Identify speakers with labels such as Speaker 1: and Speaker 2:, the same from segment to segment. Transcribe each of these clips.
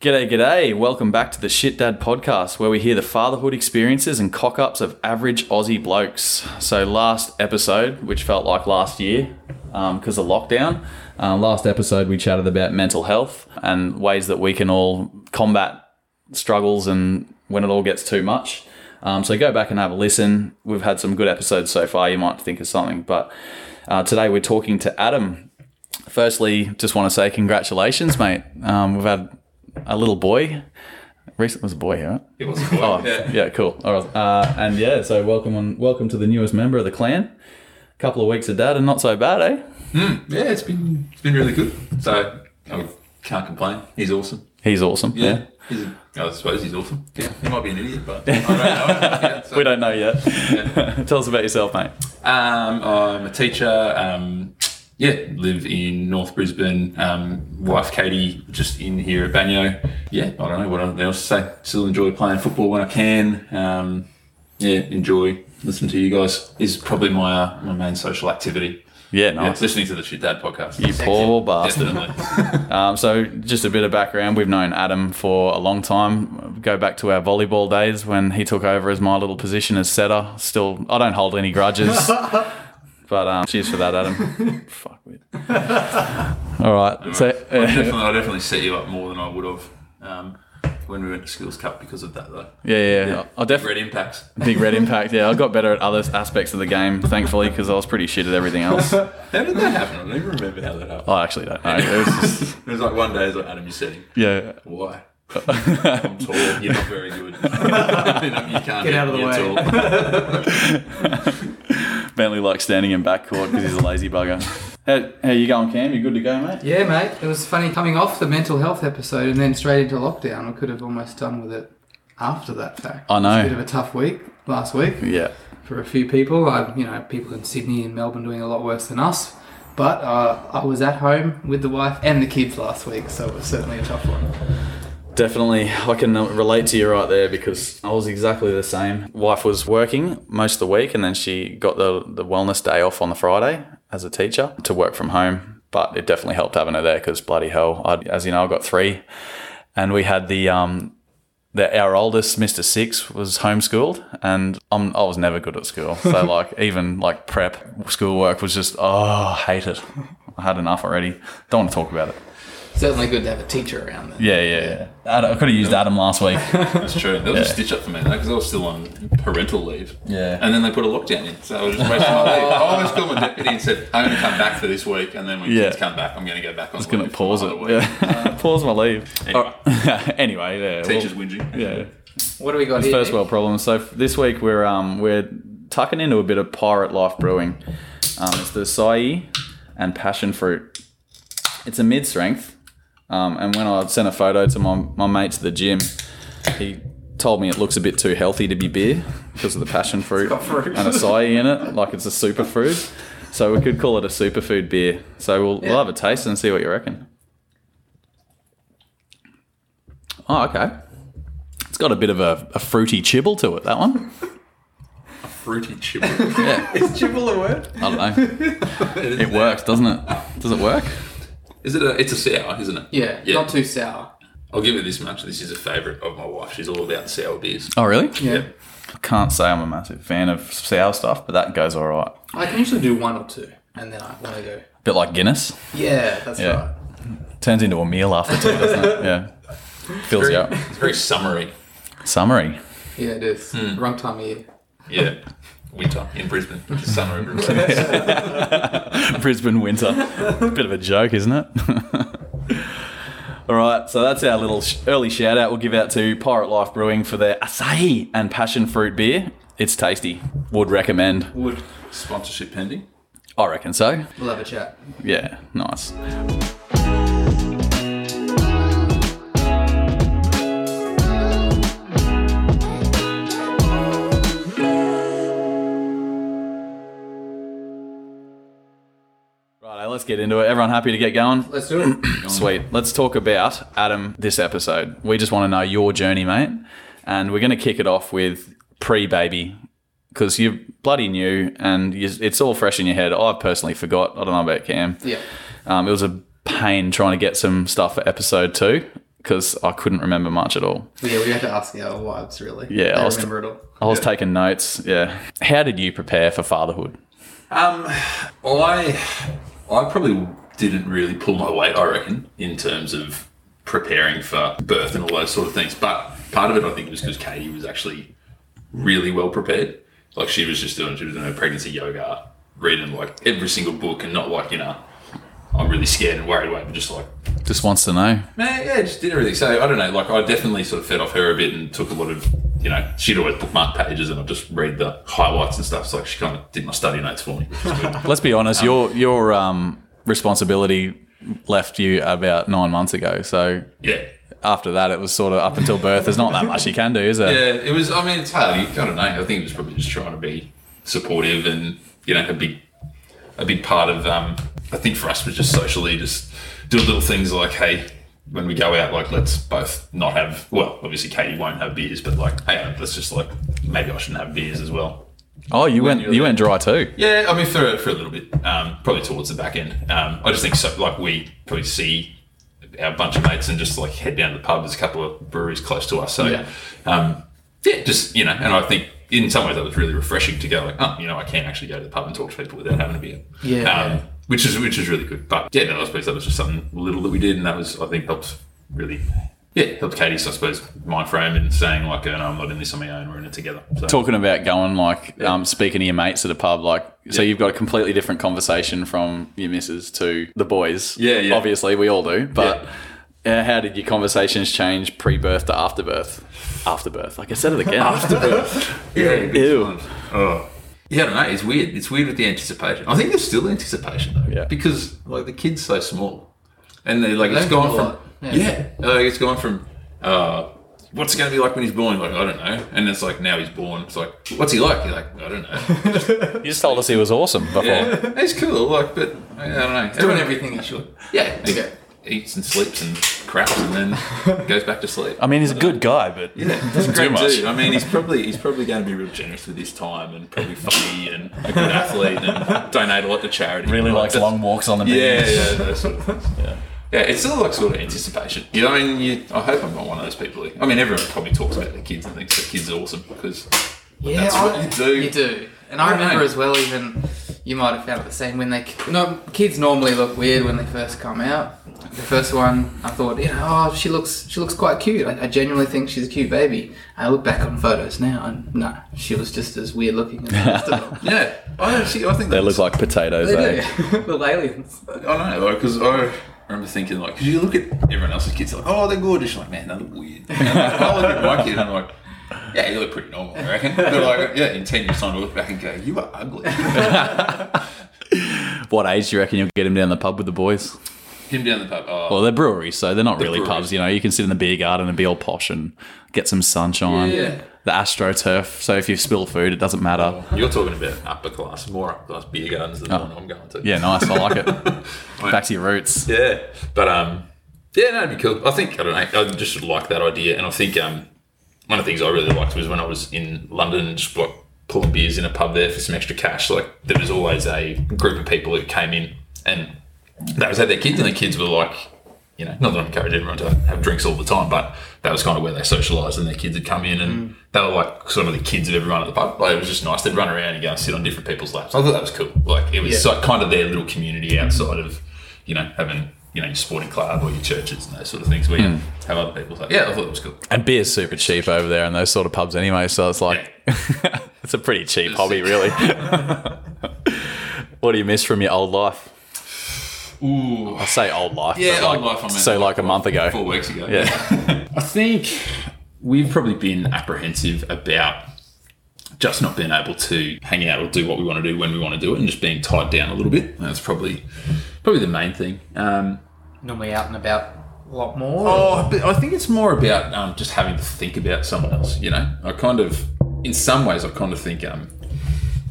Speaker 1: G'day, g'day. Welcome back to the Shit Dad podcast, where we hear the fatherhood experiences and cock ups of average Aussie blokes. So, last episode, which felt like last year because of lockdown, uh, last episode we chatted about mental health and ways that we can all combat struggles and when it all gets too much. Um, so, go back and have a listen. We've had some good episodes so far. You might think of something, but uh, today we're talking to Adam. Firstly, just want to say congratulations, mate. Um, we've had a little boy. Recent was a boy, right?
Speaker 2: It was cool.
Speaker 1: Oh, yeah.
Speaker 2: yeah.
Speaker 1: cool. All right. Uh, and yeah, so welcome on, welcome to the newest member of the clan. Couple of weeks of dad and not so bad, eh?
Speaker 2: yeah, it's been it's been really good. So I can't complain. He's awesome.
Speaker 1: He's awesome.
Speaker 2: Yeah, he's a, I suppose he's awesome. Yeah, he might be an idiot, but I don't know. Yeah, so,
Speaker 1: We don't know yet.
Speaker 2: Yeah.
Speaker 1: Tell us about yourself, mate.
Speaker 2: Um, I'm a teacher. Um, yeah, live in North Brisbane. Um, wife Katie just in here at Banyo. Yeah, I don't know what else to say. Still enjoy playing football when I can. Um, yeah, enjoy listening to you guys is probably my uh, my main social activity.
Speaker 1: Yeah,
Speaker 2: Yeah,
Speaker 1: nice.
Speaker 2: listening to the shit dad podcast.
Speaker 1: You poor bastard.
Speaker 2: Definitely.
Speaker 1: Um, so, just a bit of background. We've known Adam for a long time. Go back to our volleyball days when he took over as my little position as setter. Still, I don't hold any grudges. but um, cheers for that, Adam. Fuck it. All right. So, uh,
Speaker 2: I definitely, I definitely set you up more than I would have um, when we went to Skills Cup because of that, though.
Speaker 1: yeah, yeah, yeah. I'll definitely.
Speaker 2: Red impacts.
Speaker 1: Big red impact. Yeah, I got better at other aspects of the game, thankfully, because I was pretty shit at everything else. I
Speaker 2: How did that happen? I don't even remember how that happened.
Speaker 1: actually don't know. It was just, Uh,
Speaker 2: it was like one day, it's like Adam, you're setting.
Speaker 1: yeah.
Speaker 2: Why? I'm tall. You're not very good. you can't
Speaker 3: Get out of the
Speaker 2: you're
Speaker 3: way.
Speaker 2: tall.
Speaker 1: Bentley likes standing in backcourt because he's a lazy bugger. How, how you going, Cam? You good to go, mate?
Speaker 3: Yeah, mate. It was funny coming off the mental health episode and then straight into lockdown. I could have almost done with it after that fact.
Speaker 1: I know.
Speaker 3: It was a bit of a tough week last week
Speaker 1: Yeah.
Speaker 3: for a few people. I, you know, people in Sydney and Melbourne doing a lot worse than us. But uh, I was at home with the wife and the kids last week, so it was certainly a tough one.
Speaker 1: Definitely, I can uh, relate to you right there because I was exactly the same. Wife was working most of the week, and then she got the the wellness day off on the Friday as a teacher to work from home. But it definitely helped having her there because bloody hell, I, as you know, I got three, and we had the um the our oldest, Mister Six, was homeschooled, and I'm, I was never good at school. So like even like prep schoolwork was just oh I hate it. I had enough already. Don't want to talk about it.
Speaker 3: Certainly good to have a teacher around then.
Speaker 1: Yeah, yeah, yeah. Adam, I could have used Adam last week.
Speaker 2: That's true. That was a stitch up for me, though, because I was still on parental leave.
Speaker 1: Yeah. Oh.
Speaker 2: And then they put a lockdown in. So I was just wasting my leave. I almost called my deputy and said, I'm going to come back for this week. And then when
Speaker 1: Yeah.
Speaker 2: kids come back, I'm going to go back on
Speaker 1: Just gonna
Speaker 2: leave for
Speaker 1: pause it.
Speaker 2: another week.
Speaker 1: Yeah. pause my leave.
Speaker 2: Anyway.
Speaker 1: Alright. anyway, yeah. well,
Speaker 2: Teachers whinging.
Speaker 1: yeah.
Speaker 3: What do we got here?
Speaker 1: First
Speaker 3: Nick?
Speaker 1: world problems. So f- this week we're um we're tucking into a bit of pirate life brewing. Um, it's the acai and passion fruit. It's a mid strength. Um, and when I sent a photo to my my mate to the gym, he told me it looks a bit too healthy to be beer because of the passion fruit,
Speaker 3: got fruit.
Speaker 1: and acai in it, like it's a superfood. So we could call it a superfood beer. So we'll, we'll
Speaker 3: Yeah.
Speaker 1: have a taste and see what you reckon. Oh, okay. It's got a bit of a, a fruity chibble to it, that one.
Speaker 2: Fruity chip.
Speaker 1: Yeah.
Speaker 3: Is chibble a word?
Speaker 1: I don't know. It works, doesn't it? Does it work?
Speaker 2: Is it a? It's a sour, isn't it?
Speaker 3: Yeah,
Speaker 2: Yeah.
Speaker 3: not too sour.
Speaker 2: I'll give it this much. This is a favourite of my wife. She's all about sour beers.
Speaker 1: Oh, really?
Speaker 3: Yeah.
Speaker 2: Yeah.
Speaker 1: I can't say I'm a massive fan of sour stuff, but that goes all right.
Speaker 3: I can usually do one or two, and then I want to go.
Speaker 1: A bit like Guinness.
Speaker 3: Yeah, that's
Speaker 1: Yeah.
Speaker 3: right.
Speaker 1: Turns into a meal after tea, doesn't it? Yeah. Fills you up.
Speaker 2: It's very summery.
Speaker 1: Summary.
Speaker 3: Yeah, it is.
Speaker 1: Hmm.
Speaker 3: Wrong time of year.
Speaker 2: Yeah. Winter in Brisbane, which is summer everywhere. else.
Speaker 1: Brisbane winter. Bit of a joke, isn't it? All right, so that's our little sh- early shout out we'll give out to Pirate Life Brewing for their Asahi and passion fruit beer. It's tasty. Would recommend.
Speaker 3: Wood.
Speaker 2: Sponsorship pending.
Speaker 1: I reckon so.
Speaker 3: We'll have a chat.
Speaker 1: Yeah, nice. Right, let's get into it. Everyone happy to get going?
Speaker 3: Let's do it.
Speaker 1: Sweet. Let's talk about Adam this episode. We just want to know your journey, mate. And we're going to kick it off with pre baby because you're bloody new and you, it's all fresh in your head. I've personally forgot. I don't know about Cam.
Speaker 3: yeah.
Speaker 1: Um, it was a pain trying to get some stuff for episode two because I couldn't remember much at all.
Speaker 3: But yeah, we had to ask our wives really.
Speaker 1: Yeah,
Speaker 3: they
Speaker 1: I was-
Speaker 3: remember it all.
Speaker 1: I was taking notes. Yeah. How did you prepare for fatherhood?
Speaker 2: Um, I I probably didn't really pull my weight. I reckon in terms of preparing for birth and all those sort of things. But part of it, I think, was because Katie was actually really well prepared. Like she was just doing she was doing her pregnancy yoga, reading like every single book, and not like you know. I'm really scared and worried away, but just like,
Speaker 1: Just wants to know.
Speaker 2: man, yeah, just did everything. So I don't know, like I definitely sort of fed off her a bit and took a lot of, you know, she'd always bookmark pages and I'd just read the highlights and stuff. So like she kind of did my study notes for me. which was good.
Speaker 1: Let's be honest. your your um, responsibility left you about nine months ago. So
Speaker 2: yeah,
Speaker 1: after that, it was sort of up until birth. There's not that much you can do, is there?
Speaker 2: Yeah, it was. I mean, it's hard. I don't know. I think it was probably just trying to be supportive, and you know, a big, a big part of. Um, I think for us was just socially just do little things like, hey, when we go out, like let's both not have. Well, obviously Katie won't have beers, but like, hey, let's just like maybe I shouldn't have beers as well.
Speaker 1: Oh, you went
Speaker 2: you're
Speaker 1: you went dry too.
Speaker 2: Yeah, I mean for for a little bit, um, probably towards the back end. Um, I just think so. Like we probably see our bunch of mates and just like head down to the pub. There's a couple of breweries close to us, so
Speaker 3: Yeah.
Speaker 2: yeah, um, yeah, just you know. And I think in some ways that was really refreshing to go like, oh, you know, I can actually go to the pub and talk to people without having to be.
Speaker 3: Yeah.
Speaker 2: Um, which is which is really good, but yeah, no, I suppose that was just something little that we did, and that was I think helps really, yeah, helped Katie's I suppose mind frame and saying like, oh, no, I'm not in this on my own, we're in it together. So,
Speaker 1: Talking about going like um, speaking to your mates at a pub, like so
Speaker 2: Yeah.
Speaker 1: you've got a completely different conversation from your missus to the boys.
Speaker 2: Yeah, yeah.
Speaker 1: Obviously, we all do. But uh, how did your conversations change pre-birth to after birth? After birth, like I said it again. after
Speaker 2: yeah, good
Speaker 1: Ew.
Speaker 2: times. Oh. Yeah, I don't know. It's weird. It's weird with the anticipation. I think there's still anticipation though,
Speaker 1: Yeah.
Speaker 2: because like the kid's so small, and they like it's
Speaker 3: Learn
Speaker 2: gone
Speaker 3: a
Speaker 2: from
Speaker 3: lot.
Speaker 2: yeah, like it's gone from uh, what's it going to be like when he's born? Like I don't know. And it's like now he's born. It's like what's he like? You're like I don't know.
Speaker 1: you just told us he was awesome before.
Speaker 2: Yeah, he's cool. Like, but I don't know. Everyone-
Speaker 3: Doing everything you should.
Speaker 2: Yeah, he
Speaker 3: Okay.
Speaker 2: eats and sleeps and craps and then goes back to sleep.
Speaker 1: I mean, he's a good guy, but
Speaker 2: Yeah, that's
Speaker 1: do
Speaker 2: great
Speaker 1: much.
Speaker 2: too. I mean, he's probably he's probably going to be real generous with his time and probably funny and a good athlete and donate a lot to charity.
Speaker 1: really
Speaker 2: Like,
Speaker 1: likes
Speaker 2: that's-
Speaker 1: long walks on the beach.
Speaker 2: Yeah, yeah, those sort of things. Yeah. Yeah, it's still like sort of anticipation. You know, I mean, you, I hope I'm not one of those people. who- I mean, everyone probably talks about their kids and thinks their kids are awesome because
Speaker 3: Yeah,
Speaker 2: That's
Speaker 3: I-
Speaker 2: what you do.
Speaker 3: You do. And I
Speaker 2: I
Speaker 3: remember
Speaker 2: know.
Speaker 3: as well, even you might have found it the same when they no kids normally look weird when they first come out. The first one, I thought, you know, oh, she looks she looks quite cute. I, I genuinely think she's a cute baby. I look back on photos now, and no, she was just as weird looking as the rest of them.
Speaker 2: yeah, I actually I think
Speaker 1: They
Speaker 2: that's-
Speaker 1: look like potatoes, eh?
Speaker 3: They do. Little aliens.
Speaker 2: I don't know, like, because I remember thinking, like, because you look at everyone else's kids, like, oh, they're gorgeous. You're like, man, they look weird. And I'm like, I look at my kid and I'm like, yeah, you look pretty normal, I reckon. But, like, yeah, in 10 years' time, I look back and go, you are ugly.
Speaker 1: eh? What age do you reckon you'll get him down the pub with the boys?
Speaker 2: Him down the pub. Oh,
Speaker 1: Well, they're breweries, so they're not really
Speaker 2: breweries.
Speaker 1: pubs. You know, you can sit in the beer garden and be all posh and get some sunshine.
Speaker 3: Yeah.
Speaker 1: The AstroTurf. So if you spill food, it doesn't matter.
Speaker 2: you're talking about upper class, more upper class beer gardens than the one I'm going to.
Speaker 1: Yeah, nice. I like it. Back to your roots.
Speaker 2: Yeah, but um, yeah, no, it'd be cool. I think I don't know. I just like that idea, and I think um, one of the things I really liked was when I was in London and just like pulling beers in a pub there for some extra cash. Like there was always a group of people who came in, and that was had their kids, and the kids were like, you know, not that I encourage everyone to have drinks all the time, but that was kind of where they socialised, and their kids had come in, and they were like sort of the kids of everyone at the pub. Like it was just nice. They'd run around and go and sit on different people's laps. I thought that was cool. Like it was
Speaker 3: Yeah.
Speaker 2: so, kind of their little community outside of you know having. You know, your sporting club or your churches and those sort of things where you have other people. Like, yeah, I thought it was cool.
Speaker 1: And beer's super cheap over there in those sort of pubs anyway. So it's like, it's a pretty cheap hobby, really. what do you miss from your old life?
Speaker 2: Ooh,
Speaker 1: I say old life.
Speaker 2: Yeah,
Speaker 1: but
Speaker 2: old
Speaker 1: like-
Speaker 2: life, I meant.
Speaker 1: So like a month ago.
Speaker 2: four weeks ago.
Speaker 1: Yeah.
Speaker 2: I think we've probably been apprehensive about just not being able to hang out or do what we want to do when we want to do it, and just being tied down a little bit. That's probably probably the main thing. Um,
Speaker 3: Normally out and about a lot more.
Speaker 2: Oh, but I think it's more about um, just having to think about someone else. You know, I kind of, in some ways, I kind of think um,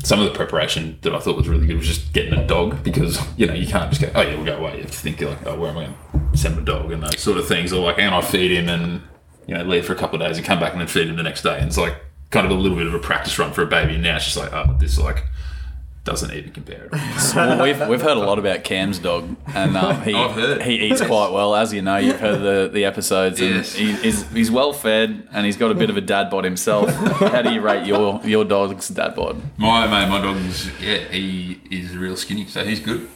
Speaker 2: some of the preparation that I thought was really good was just getting a dog because you know you can't just go, oh yeah, we'll go away. You have to think like, oh, where am I going to send my dog and those sort of things, or like, and I feed him and you know leave for a couple of days and come back and then feed him the next day. And it's like kind of a little bit of a practice run for a baby. And now it's just like, oh, this like doesn't even compare at all.
Speaker 1: Well, we've, we've heard a lot about Cam's dog, and um, he
Speaker 2: I've heard.
Speaker 1: he eats quite well, as you know. You've heard the, the episodes, and
Speaker 2: Yes.
Speaker 1: he, he's, he's well fed, and he's got a bit of a dad bod himself. How do you rate your your dog's dad bod?
Speaker 2: My mate, my dog is yeah, he is real skinny, so he's good.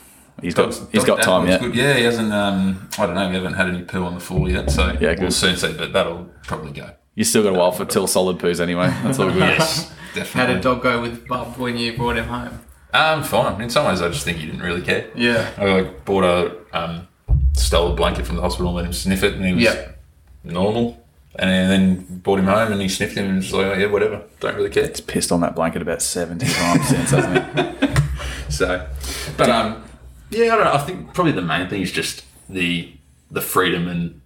Speaker 1: He's got
Speaker 2: Dog-
Speaker 1: he's
Speaker 2: dog
Speaker 1: got time
Speaker 2: dad
Speaker 1: yet.
Speaker 2: looks Good. Yeah, he hasn't. Um, I don't know. We haven't had any poo on the floor yet, so
Speaker 1: Yeah, good.
Speaker 2: we'll soon see. But that'll probably go.
Speaker 1: You still got a while for till solid poos anyway. That's all good.
Speaker 3: How
Speaker 2: definitely.
Speaker 3: did dog go with Bob when you brought him home?
Speaker 2: Um, fine. In some ways, I just think he didn't really care.
Speaker 3: Yeah.
Speaker 2: I like bought a um, stole a blanket from the hospital and let him sniff it, and he was
Speaker 3: Yeah.
Speaker 2: normal. And then brought him home, and he sniffed him, and was like, oh, "Yeah, whatever. Don't really care."
Speaker 1: He's pissed on that blanket about seventy times since, hasn't he?
Speaker 2: So, but um, yeah, I don't know. I think probably the main thing is just the the freedom and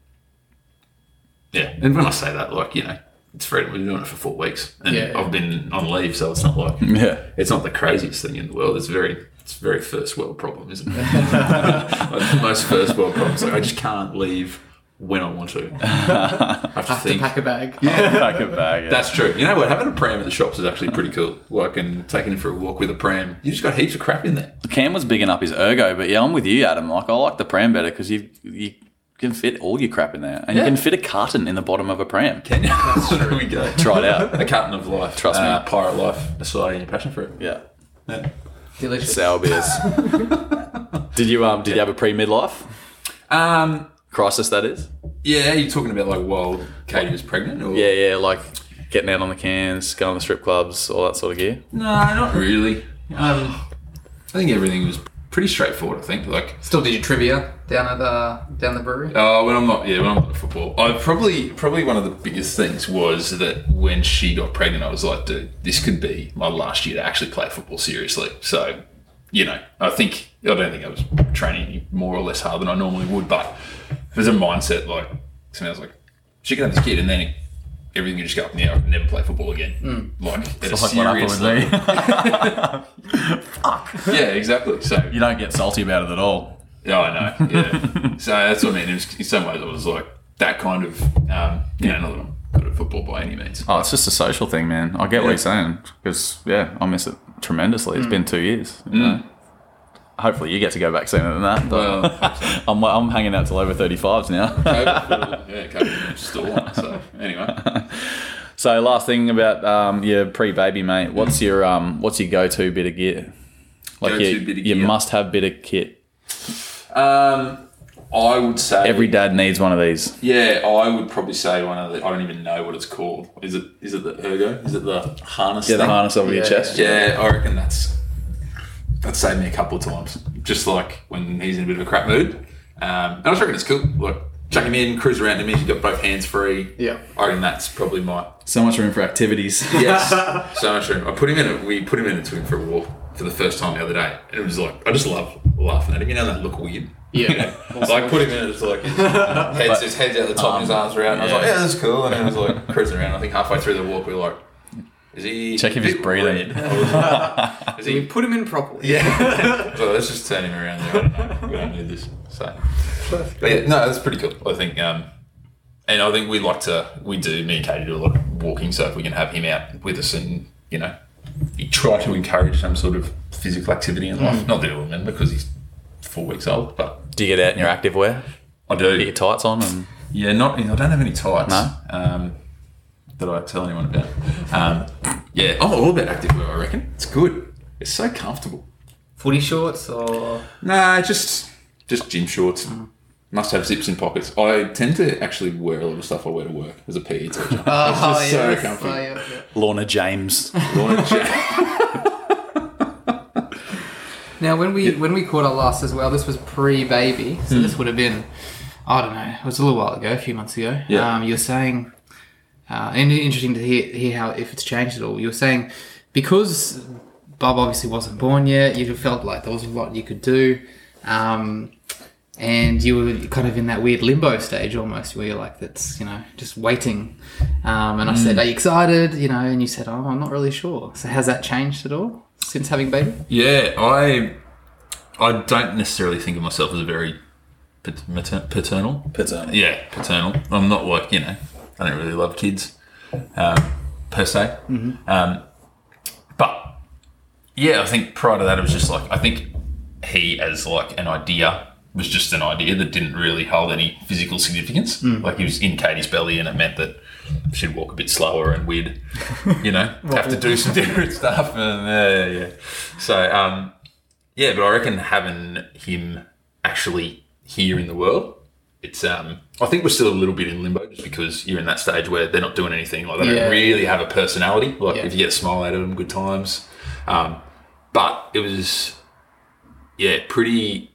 Speaker 2: yeah. And when I say that, like you know, it's freedom. We've been doing it for four weeks, and
Speaker 3: Yeah.
Speaker 2: I've been on leave, so it's not like
Speaker 1: Yeah.
Speaker 2: it's not the craziest thing in the world. It's very it's very first world problem, isn't it? Like, Most first world problems. Like I just can't leave when I want to. I have to
Speaker 3: To
Speaker 2: think.
Speaker 3: pack a bag.
Speaker 1: Pack a bag. Yeah.
Speaker 2: That's true. You know what? Having a pram in the shops is actually pretty cool. Like, and taking him for a walk with a pram. You just got heaps of crap in there.
Speaker 1: Cam was bigging up his ergo, but yeah, I'm with you, Adam. Like I like the pram better because you you can fit all your crap in there, and you
Speaker 2: Yeah.
Speaker 1: can fit a carton in the bottom of a pram.
Speaker 2: Can you? That's true. we go.
Speaker 1: Try it out.
Speaker 2: A carton of life.
Speaker 1: Trust me.
Speaker 2: Uh, pirate life. Deciding your passion for it.
Speaker 1: Yeah.
Speaker 2: Yeah.
Speaker 3: Delicious.
Speaker 1: sour beers. did you um? Did you have a pre midlife
Speaker 2: Um,
Speaker 1: crisis? That is.
Speaker 2: yeah, you're talking about like while Katie was pregnant? Or?
Speaker 1: Yeah, yeah. Like getting out on the cans, going to strip clubs, all that sort of gear.
Speaker 2: No, not really. Um, I think everything was pretty straightforward, I think. Like,
Speaker 3: Still did your trivia down at the down the brewery.
Speaker 2: Oh, when I'm not, yeah, when I'm not at football, I probably probably one of the biggest things was that when she got pregnant, I was like, dude, this could be my last year to actually play football seriously. So, you know, I think I don't think I was training any more or less hard than I normally would, but there's a mindset like, so I was like, she can have this kid, and then everything can just go up in the air. I can never play football again. Like, at a serious level. yeah, exactly. So
Speaker 1: you don't get salty about it at all.
Speaker 2: Yeah, I know. Yeah. so that's what I mean. It was, in some ways, it was like that kind of, um, you know, not that I'm good at football by any means.
Speaker 1: Oh, it's just a social thing, man. I get what
Speaker 2: Yeah.
Speaker 1: you're saying because yeah, I miss it tremendously. It's been two years. you know. Hopefully, you get to go back sooner than that. But
Speaker 2: Well,
Speaker 1: I'm, I'm hanging out till over 35s now.
Speaker 2: COVID, yeah, COVID was still on. So anyway,
Speaker 1: so, last thing about um, your pre-baby mate. What's your um, what's your go-to bit of gear? Like
Speaker 2: Go-to
Speaker 1: your,
Speaker 2: bit of
Speaker 1: your
Speaker 2: gear.
Speaker 1: must-have bit of kit.
Speaker 2: um, I would say
Speaker 1: Every dad needs one of these.
Speaker 2: Yeah, I would probably say one of the. I don't even know what it's called. Is it? Is it the ergo? Is it the harness?
Speaker 1: Get the
Speaker 2: thing?
Speaker 1: harness over your
Speaker 3: Yeah.
Speaker 1: chest.
Speaker 2: Yeah, I reckon that's that saved me a couple of times. Just like when he's in a bit of a crap mood. Um, and I just reckon it's cool. Like chuck him in, cruise around him. He's got both hands free.
Speaker 3: Yeah.
Speaker 2: I reckon that's probably my
Speaker 1: So much room for activities.
Speaker 2: yes. so much room. I put him in. A, we put him in a twin for a walk for the first time the other day, and it was like I just love laughing at him. You know that look weird.
Speaker 3: Yeah.
Speaker 2: You know? so I put him in, and it's like heads, his head's out the top, and his arms are out. And I was like,
Speaker 1: Um, yeah.
Speaker 2: yeah, that's cool. And I was like cruising around. I think halfway through the walk, we were like, is he
Speaker 1: Check if
Speaker 2: a
Speaker 1: he's
Speaker 2: bit
Speaker 1: breathing.
Speaker 2: red? I was like, Is
Speaker 3: So you
Speaker 2: he?
Speaker 3: put him in properly.
Speaker 2: Yeah. so let's just turn him around. There. I don't know. We don't need this. So. But yeah, no, that's pretty cool. I think, um, and I think we like to, we do, me and Katie do a lot of walking, so if we can have him out with us and, you know, we try to encourage some sort of physical activity in life. Not that he'll remember because he's four weeks old, but
Speaker 1: Do you get out in your active wear?
Speaker 2: I do.
Speaker 1: Get your tights on and
Speaker 2: Yeah, not. I don't have any tights.
Speaker 1: No?
Speaker 2: Um, that I tell anyone about. Um, yeah, I'm all about activewear. I reckon it's good. It's so comfortable.
Speaker 3: Footy shorts or
Speaker 2: Nah, just just gym shorts.
Speaker 3: Hmm.
Speaker 2: Must have zips in pockets. I tend to actually wear a lot of stuff I wear to work as a PE teacher. it's
Speaker 3: Oh,
Speaker 2: just so
Speaker 3: yes.
Speaker 2: comfy.
Speaker 3: Oh, yeah, yeah.
Speaker 1: Lorna James.
Speaker 2: Lawn chair.
Speaker 3: Now, when we when we caught our last as well, this was pre-baby, so this would have been, I don't know, it was a little while ago, a few months ago.
Speaker 2: Yeah.
Speaker 3: Um, you were saying, uh, and it's interesting to hear, hear how if it's changed at all. You were saying because Bob obviously wasn't born yet, you felt like there was a lot you could do, um, and you were kind of in that weird limbo stage almost, where you're like, that's you know, just waiting. Um, and I said, are you excited? You know, and you said, oh, I'm not really sure. So has that changed at all since having baby?
Speaker 2: yeah, I I don't necessarily think of myself as a very pat- mater- paternal. uh, Yeah, paternal. I'm not like you know. I don't really love kids um, per se. Um, but yeah, I think prior to that, it was just like I think he as like an idea was just an idea that didn't really hold any physical significance. Like he was in Katie's belly, and it meant that she'd walk a bit slower, and we'd, you know, have to do some different stuff. And yeah, yeah, yeah. So um, yeah, but I reckon having him actually here in the world. It's um, I think we're still a little bit in limbo just because you're in that stage where they're not doing anything. Like they
Speaker 3: Yeah.
Speaker 2: don't really have a personality. Like
Speaker 3: Yeah.
Speaker 2: if you get a smile out of them, good times. Um, but it was, yeah, pretty.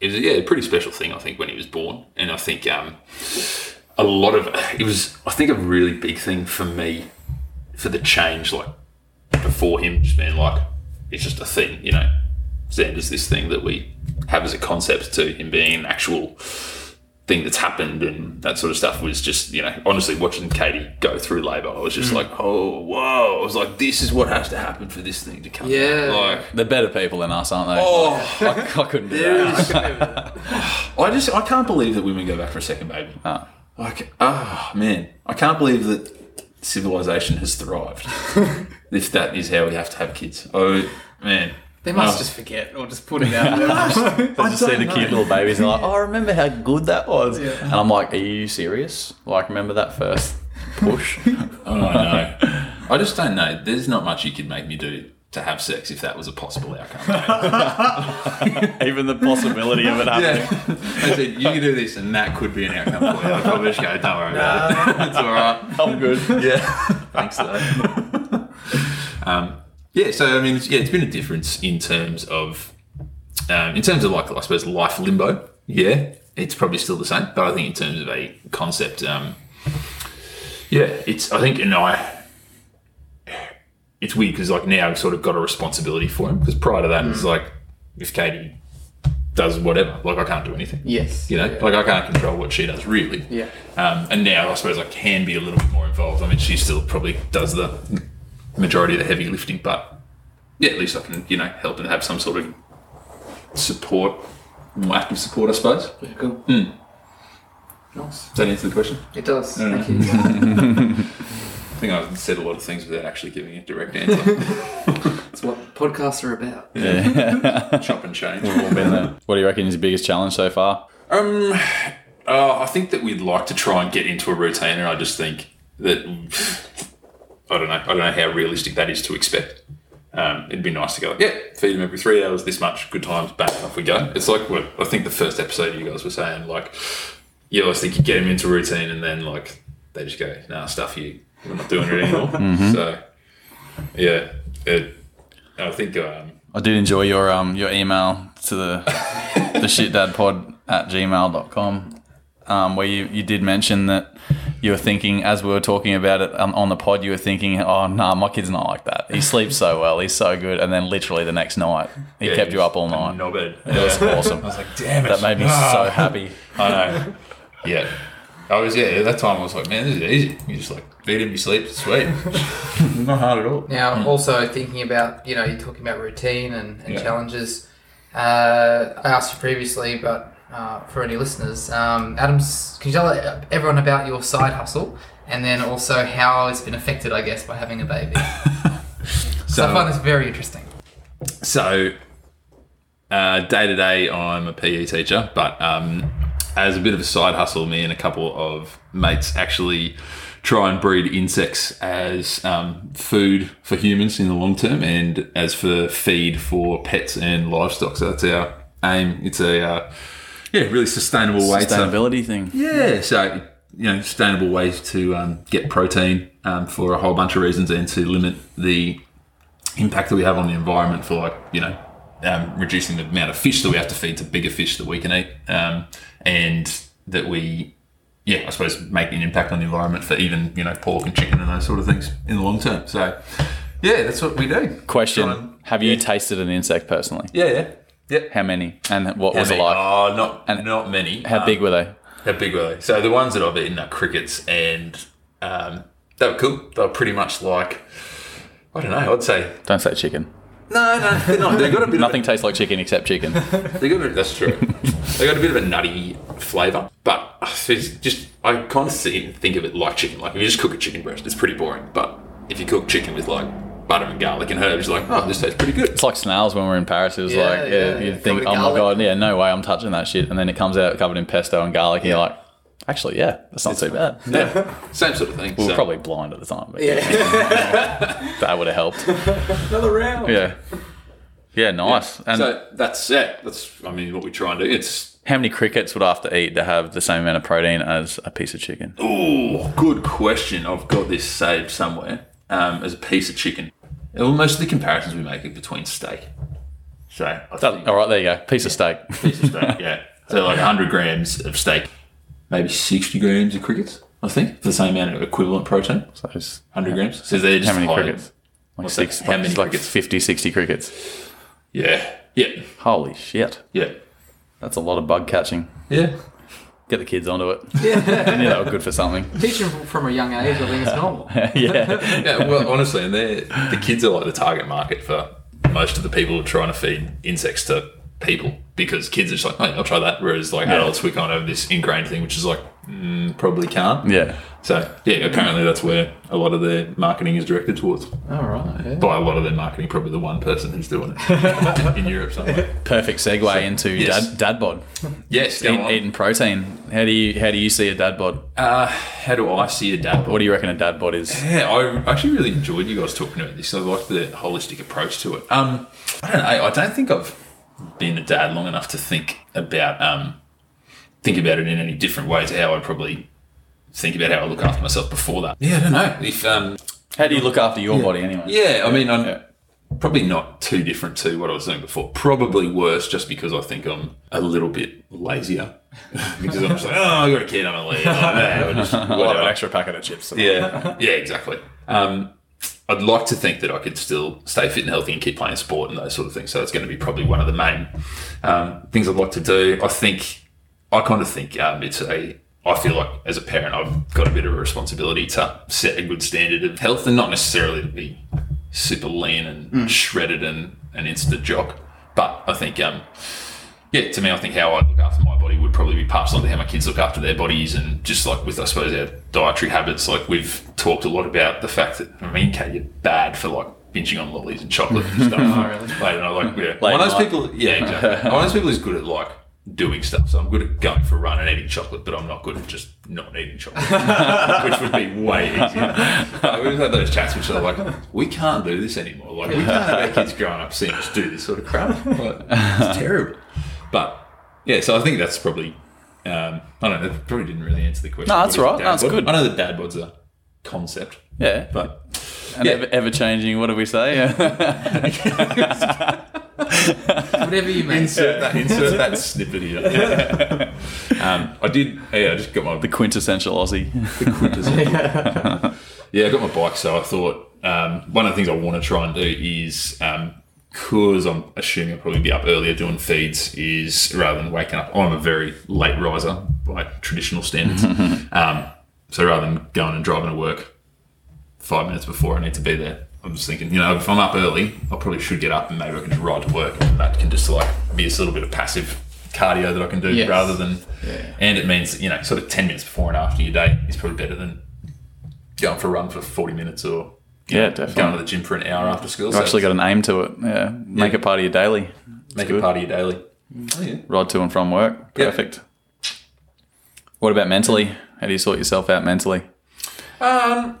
Speaker 2: It was yeah, a pretty special thing. I think when he was born, and I think um, a lot of it was. I think a really big thing for me, for the change, like before him, just being like, it's just a thing, you know. Xander's this thing that we have as a concept to him being an actual thing that's happened and that sort of stuff was just, you know, honestly watching Katie go through labour, I was just like, oh, whoa. I was like, this is what has to happen for this thing to come. out.
Speaker 3: Yeah.
Speaker 2: Like,
Speaker 1: They're better people than us, aren't they?
Speaker 2: oh,
Speaker 1: I, I couldn't do that.
Speaker 2: I just, I can't believe that women go back for a second baby.
Speaker 1: Ah.
Speaker 2: Like, ah, man, I can't believe that civilization has thrived. if that is how we have to have kids. Oh, man.
Speaker 3: They must
Speaker 2: Oh.
Speaker 3: just forget or just put it out there.
Speaker 1: I just see the cute little babies and like, oh, I remember how good that was.
Speaker 3: Yeah.
Speaker 1: And I'm like, are you serious? Like, remember that first push?
Speaker 2: Oh no, I just don't know. There's not much you could make me do to have sex if that was a possible outcome.
Speaker 1: Even the possibility of it happening.
Speaker 2: I said you can do this, and that could be an outcome for you. I probably just go, don't worry about it. it's all right.
Speaker 1: I'm good.
Speaker 2: Yeah, thanks though. um, yeah, so I mean, it's, yeah, it's been a difference in terms of, um, in terms of like I suppose life limbo. Yeah, it's probably still the same, but I think in terms of a concept, um, yeah, it's I think and I it's weird because like now I've sort of got a responsibility for him because prior to that it's like if Katie does whatever, like I can't do anything.
Speaker 3: yes.
Speaker 2: You know,
Speaker 3: Yeah.
Speaker 2: like I can't control what she does really.
Speaker 3: Yeah.
Speaker 2: Um, and now I suppose I can be a little bit more involved. I mean, she still probably does the majority of the heavy lifting, but yeah, at least I can you know help and have some sort of support, more active support, I suppose.
Speaker 3: Yeah, cool. Nice.
Speaker 2: Does that answer the question?
Speaker 3: It does. Thank you.
Speaker 2: I think I've said a lot of things without actually giving a direct answer.
Speaker 3: That's what podcasts are about.
Speaker 2: Chop and change.
Speaker 1: What do you reckon is your biggest challenge so far?
Speaker 2: Um, uh, I think that we'd like to try and get into a routine, and I just think that I don't know. I don't know how realistic that is to expect. Um, it'd be nice to go, yeah, feed them every three hours, this much, good times, back off we go. It's like what I think the first episode you guys were saying, like, you always think you get them into routine, and then like they just go, nah, stuff you, we're not doing it anymore. So, yeah, it, I think um,
Speaker 1: I did enjoy your um your email to the the shitdadpod at gmail.com um, where you, you did mention that you were thinking as we were talking about it um, on the pod you were thinking oh nah my kid's not like that he sleeps so well he's so good and then literally the next night he
Speaker 2: yeah,
Speaker 1: kept you up all night
Speaker 2: Knobhead.
Speaker 1: That was awesome. I was like, damn it. That made me
Speaker 2: Ah.
Speaker 1: so happy.
Speaker 2: I know. Yeah. I was, yeah, at that time I was like, man, this is easy. You just like feed him, you sleep, sweet. Not hard at all.
Speaker 3: Now, also thinking about, you know, you're talking about routine and, and
Speaker 2: Yeah.
Speaker 3: challenges. Uh, I asked you previously, but uh, for any listeners, um, Adams, can you tell uh, everyone about your side hustle and then also how it's been affected, I guess, by having a baby? so I find this very interesting.
Speaker 2: So, uh, day to day, I'm a PE teacher, but um, as a bit of a side hustle, me and a couple of mates actually try and breed insects as um, food for humans in the long term and as for feed for pets and livestock. So, that's our aim. It's a, uh, yeah, really sustainable way to
Speaker 1: Sustainability thing.
Speaker 2: Yeah, so you know, sustainable ways to um, get protein um, for a whole bunch of reasons, and to limit the impact that we have on the environment for like you know um, reducing the amount of fish that we have to feed to bigger fish that we can eat, um, and that we yeah I suppose make an impact on the environment for even you know pork and chicken and those sort of things in the long term. So yeah, that's what we do.
Speaker 1: Question Have you tasted an insect personally?
Speaker 2: Yeah, yeah, yeah.
Speaker 1: How many? And what was it
Speaker 2: many?
Speaker 1: like?
Speaker 2: Oh, not not many.
Speaker 1: How
Speaker 2: Um,
Speaker 1: big were they?
Speaker 2: How big were they? So the ones that I've eaten are crickets, and um, they were cool. They were pretty much like I don't know. I'd say
Speaker 1: Don't say chicken.
Speaker 2: no, no, they're not. They got a bit.
Speaker 1: Nothing tastes like chicken except chicken.
Speaker 2: Of a, they got a, that's true. they got a bit of a nutty flavour, but it's just I kind of see, think of it like chicken. Like if you just cook a chicken breast, it's pretty boring. But if you cook chicken with like butter and garlic and herbs. You're like, oh, this tastes pretty good.
Speaker 1: It's like snails when we we're in Paris. It was
Speaker 3: Yeah,
Speaker 1: like, yeah,
Speaker 3: yeah,
Speaker 1: you'd
Speaker 3: yeah.
Speaker 1: think,
Speaker 3: Covered
Speaker 1: oh
Speaker 3: in
Speaker 1: my
Speaker 3: garlic.
Speaker 1: god, yeah, no way, I'm touching that shit. And then it comes out covered in pesto and garlic, and you're like, actually, yeah, that's not too bad.
Speaker 2: Yeah, same sort of thing.
Speaker 1: We were
Speaker 2: so.
Speaker 1: probably blind at the time, but yeah.
Speaker 3: Yeah.
Speaker 1: that would have helped.
Speaker 3: Another round.
Speaker 1: Yeah, yeah, nice. And
Speaker 2: so that's it. That's I mean what we try and do. It's
Speaker 1: how many crickets would I have to eat to have the same amount of protein as a piece of chicken?
Speaker 2: oh, good question. I've got this saved somewhere um, as a piece of chicken. Well, most of the comparisons we make are between steak. So I think
Speaker 1: That- all right, there you go, piece of steak.
Speaker 2: piece of steak. Yeah. So like 100 grams of steak, maybe 60 grams of crickets. I think for the same amount of equivalent protein,
Speaker 1: So it's-
Speaker 2: 100 grams. So they're just
Speaker 1: how many
Speaker 2: high-
Speaker 1: crickets? Like
Speaker 2: What's
Speaker 1: six,
Speaker 2: that? How
Speaker 1: like,
Speaker 2: many
Speaker 1: like
Speaker 2: crickets?
Speaker 1: 50, 60 crickets.
Speaker 2: Yeah. Yeah.
Speaker 1: Holy shit,
Speaker 2: Yeah.
Speaker 1: that's a lot of bug catching.
Speaker 2: Yeah.
Speaker 1: Get the kids onto it. Yeah, knew they were good for something.
Speaker 3: Teach them from a young age, I think it's normal.
Speaker 1: yeah.
Speaker 2: Yeah, well, honestly, and they're, the kids are like the target market for most of the people who are trying to feed insects to people because kids are just like, oh, I'll try that. Whereas, like adults, we kind of have this ingrained thing, which is like, mm, probably can't.
Speaker 1: Yeah.
Speaker 2: So, yeah, apparently that's where a lot of their marketing is directed towards.
Speaker 3: All right. yeah.
Speaker 2: By a lot of their marketing, probably the one person who's doing it in Europe somewhere.
Speaker 1: Perfect segue into
Speaker 2: yes.
Speaker 1: dad, dad bod.
Speaker 2: Yes, go
Speaker 1: Eat,
Speaker 2: on.
Speaker 1: eating protein. How do you how do you see a dad bod?
Speaker 2: Uh, how do I see a dad bod?
Speaker 1: What do you reckon a dad bod is?
Speaker 2: Yeah, I actually really enjoyed you guys talking about this. I like the holistic approach to it. Um, I don't know. I don't think I've been a dad long enough to think about um, think about it in any different way to how I probably think about how I look after myself before that. Yeah, I don't know if um,
Speaker 1: How do you look after your body anyway?
Speaker 2: yeah, I mean, I'm
Speaker 1: Yeah.
Speaker 2: probably not too different to what I was doing before. Probably worse, just because I think I'm a little bit lazier. because I'm just like, oh, I got a kid, I'm a lead.
Speaker 1: I'll have an extra packet of chips.
Speaker 2: Yeah, yeah, exactly. Um, I'd like to think that I could still stay fit and healthy and keep playing sport and those sort of things. So it's going to be probably one of the main um, things I'd like to do. I think I kind of think um, it's a. I feel like as a parent, I've got a bit of a responsibility to set a good standard of health and not necessarily to be super lean and shredded and an instant jock. But I think um, yeah, to me, I think how I look after my body would probably be passed on to how my kids look after their bodies, and just like with, I suppose, our dietary habits. Like we've talked a lot about the fact that I mean, Kate, you're bad for like binging on lollies and chocolate and stuff. Like, and I like, yeah. one of those
Speaker 1: night.
Speaker 2: people, yeah, exactly. I'm one of those people who's good at like doing stuff. So I'm good at going for a run and eating chocolate, but I'm not good at just not eating chocolate, which would be way easier. Like, we've had those chats which are like, we can't do this anymore. Like we can't have our kids growing up seeing us do this sort of crap. Like, it's terrible. But yeah, so I think that's probably. Um, I don't know. That probably didn't really answer the question.
Speaker 1: No, that's
Speaker 2: What is a
Speaker 1: right.
Speaker 2: dad
Speaker 1: That's
Speaker 2: bod?
Speaker 1: good.
Speaker 2: I know that dad bod's a concept,
Speaker 1: Yeah.
Speaker 2: but
Speaker 1: And Ever, ever changing. What do we say? Yeah.
Speaker 3: Whatever you mean.
Speaker 2: insert that insert that snippet here. um, I did. Yeah, I just got my
Speaker 1: the quintessential Aussie.
Speaker 2: yeah, I got my bike, so I thought um, one of the things I want to try and do is because I'm assuming I'll probably be up earlier doing feeds is rather than waking up. I'm a very late riser by traditional standards, um, so rather than going and driving to work five minutes before I need to be there. I'm just thinking, you know, if I'm up early, I probably should get up and maybe I can just ride to work, and that can just like be this little bit of passive cardio that I can do
Speaker 3: Yes.
Speaker 2: rather than.
Speaker 3: Yeah.
Speaker 2: And it means you know, sort of ten minutes before and after your day is probably better than going for a run for 40 minutes or you
Speaker 1: Yeah,
Speaker 2: know,
Speaker 1: definitely.
Speaker 2: going to the gym for an hour after school.
Speaker 1: You've actually got an aim to it. Yeah. Make
Speaker 2: Yeah.
Speaker 1: it part of your daily.
Speaker 2: make
Speaker 1: good.
Speaker 2: it part of your daily. Oh, yeah.
Speaker 1: Ride to and from work.
Speaker 2: Yep.
Speaker 1: Perfect. What about mentally? How do you sort yourself out mentally?
Speaker 2: Um,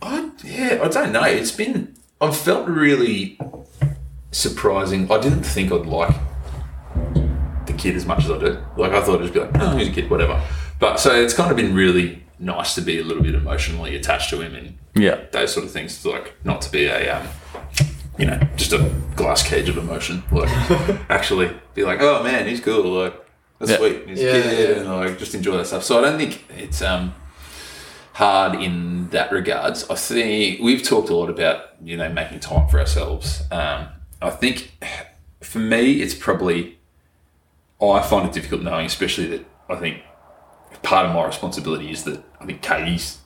Speaker 2: I, yeah, I don't know. It's been, I've felt really surprising. I didn't think I'd like the kid as much as I do. Like, I thought it'd just be like, oh, he's a kid, whatever. But so it's kind of been really nice to be a little bit emotionally attached to him and
Speaker 1: Yeah.
Speaker 2: those sort of things. Like not to be a, um, you know, just a glass cage of emotion. Like actually be like, oh man, he's cool. Like that's
Speaker 1: Yeah.
Speaker 2: sweet. He's
Speaker 3: Yeah,
Speaker 2: a kid,
Speaker 3: yeah.
Speaker 2: and like just enjoy that stuff. So I don't think it's um hard in that regards. I think we've talked a lot about you know making time for ourselves. Um, I think for me, it's probably I find it difficult knowing, especially that I think part of my responsibility is that I think Katie's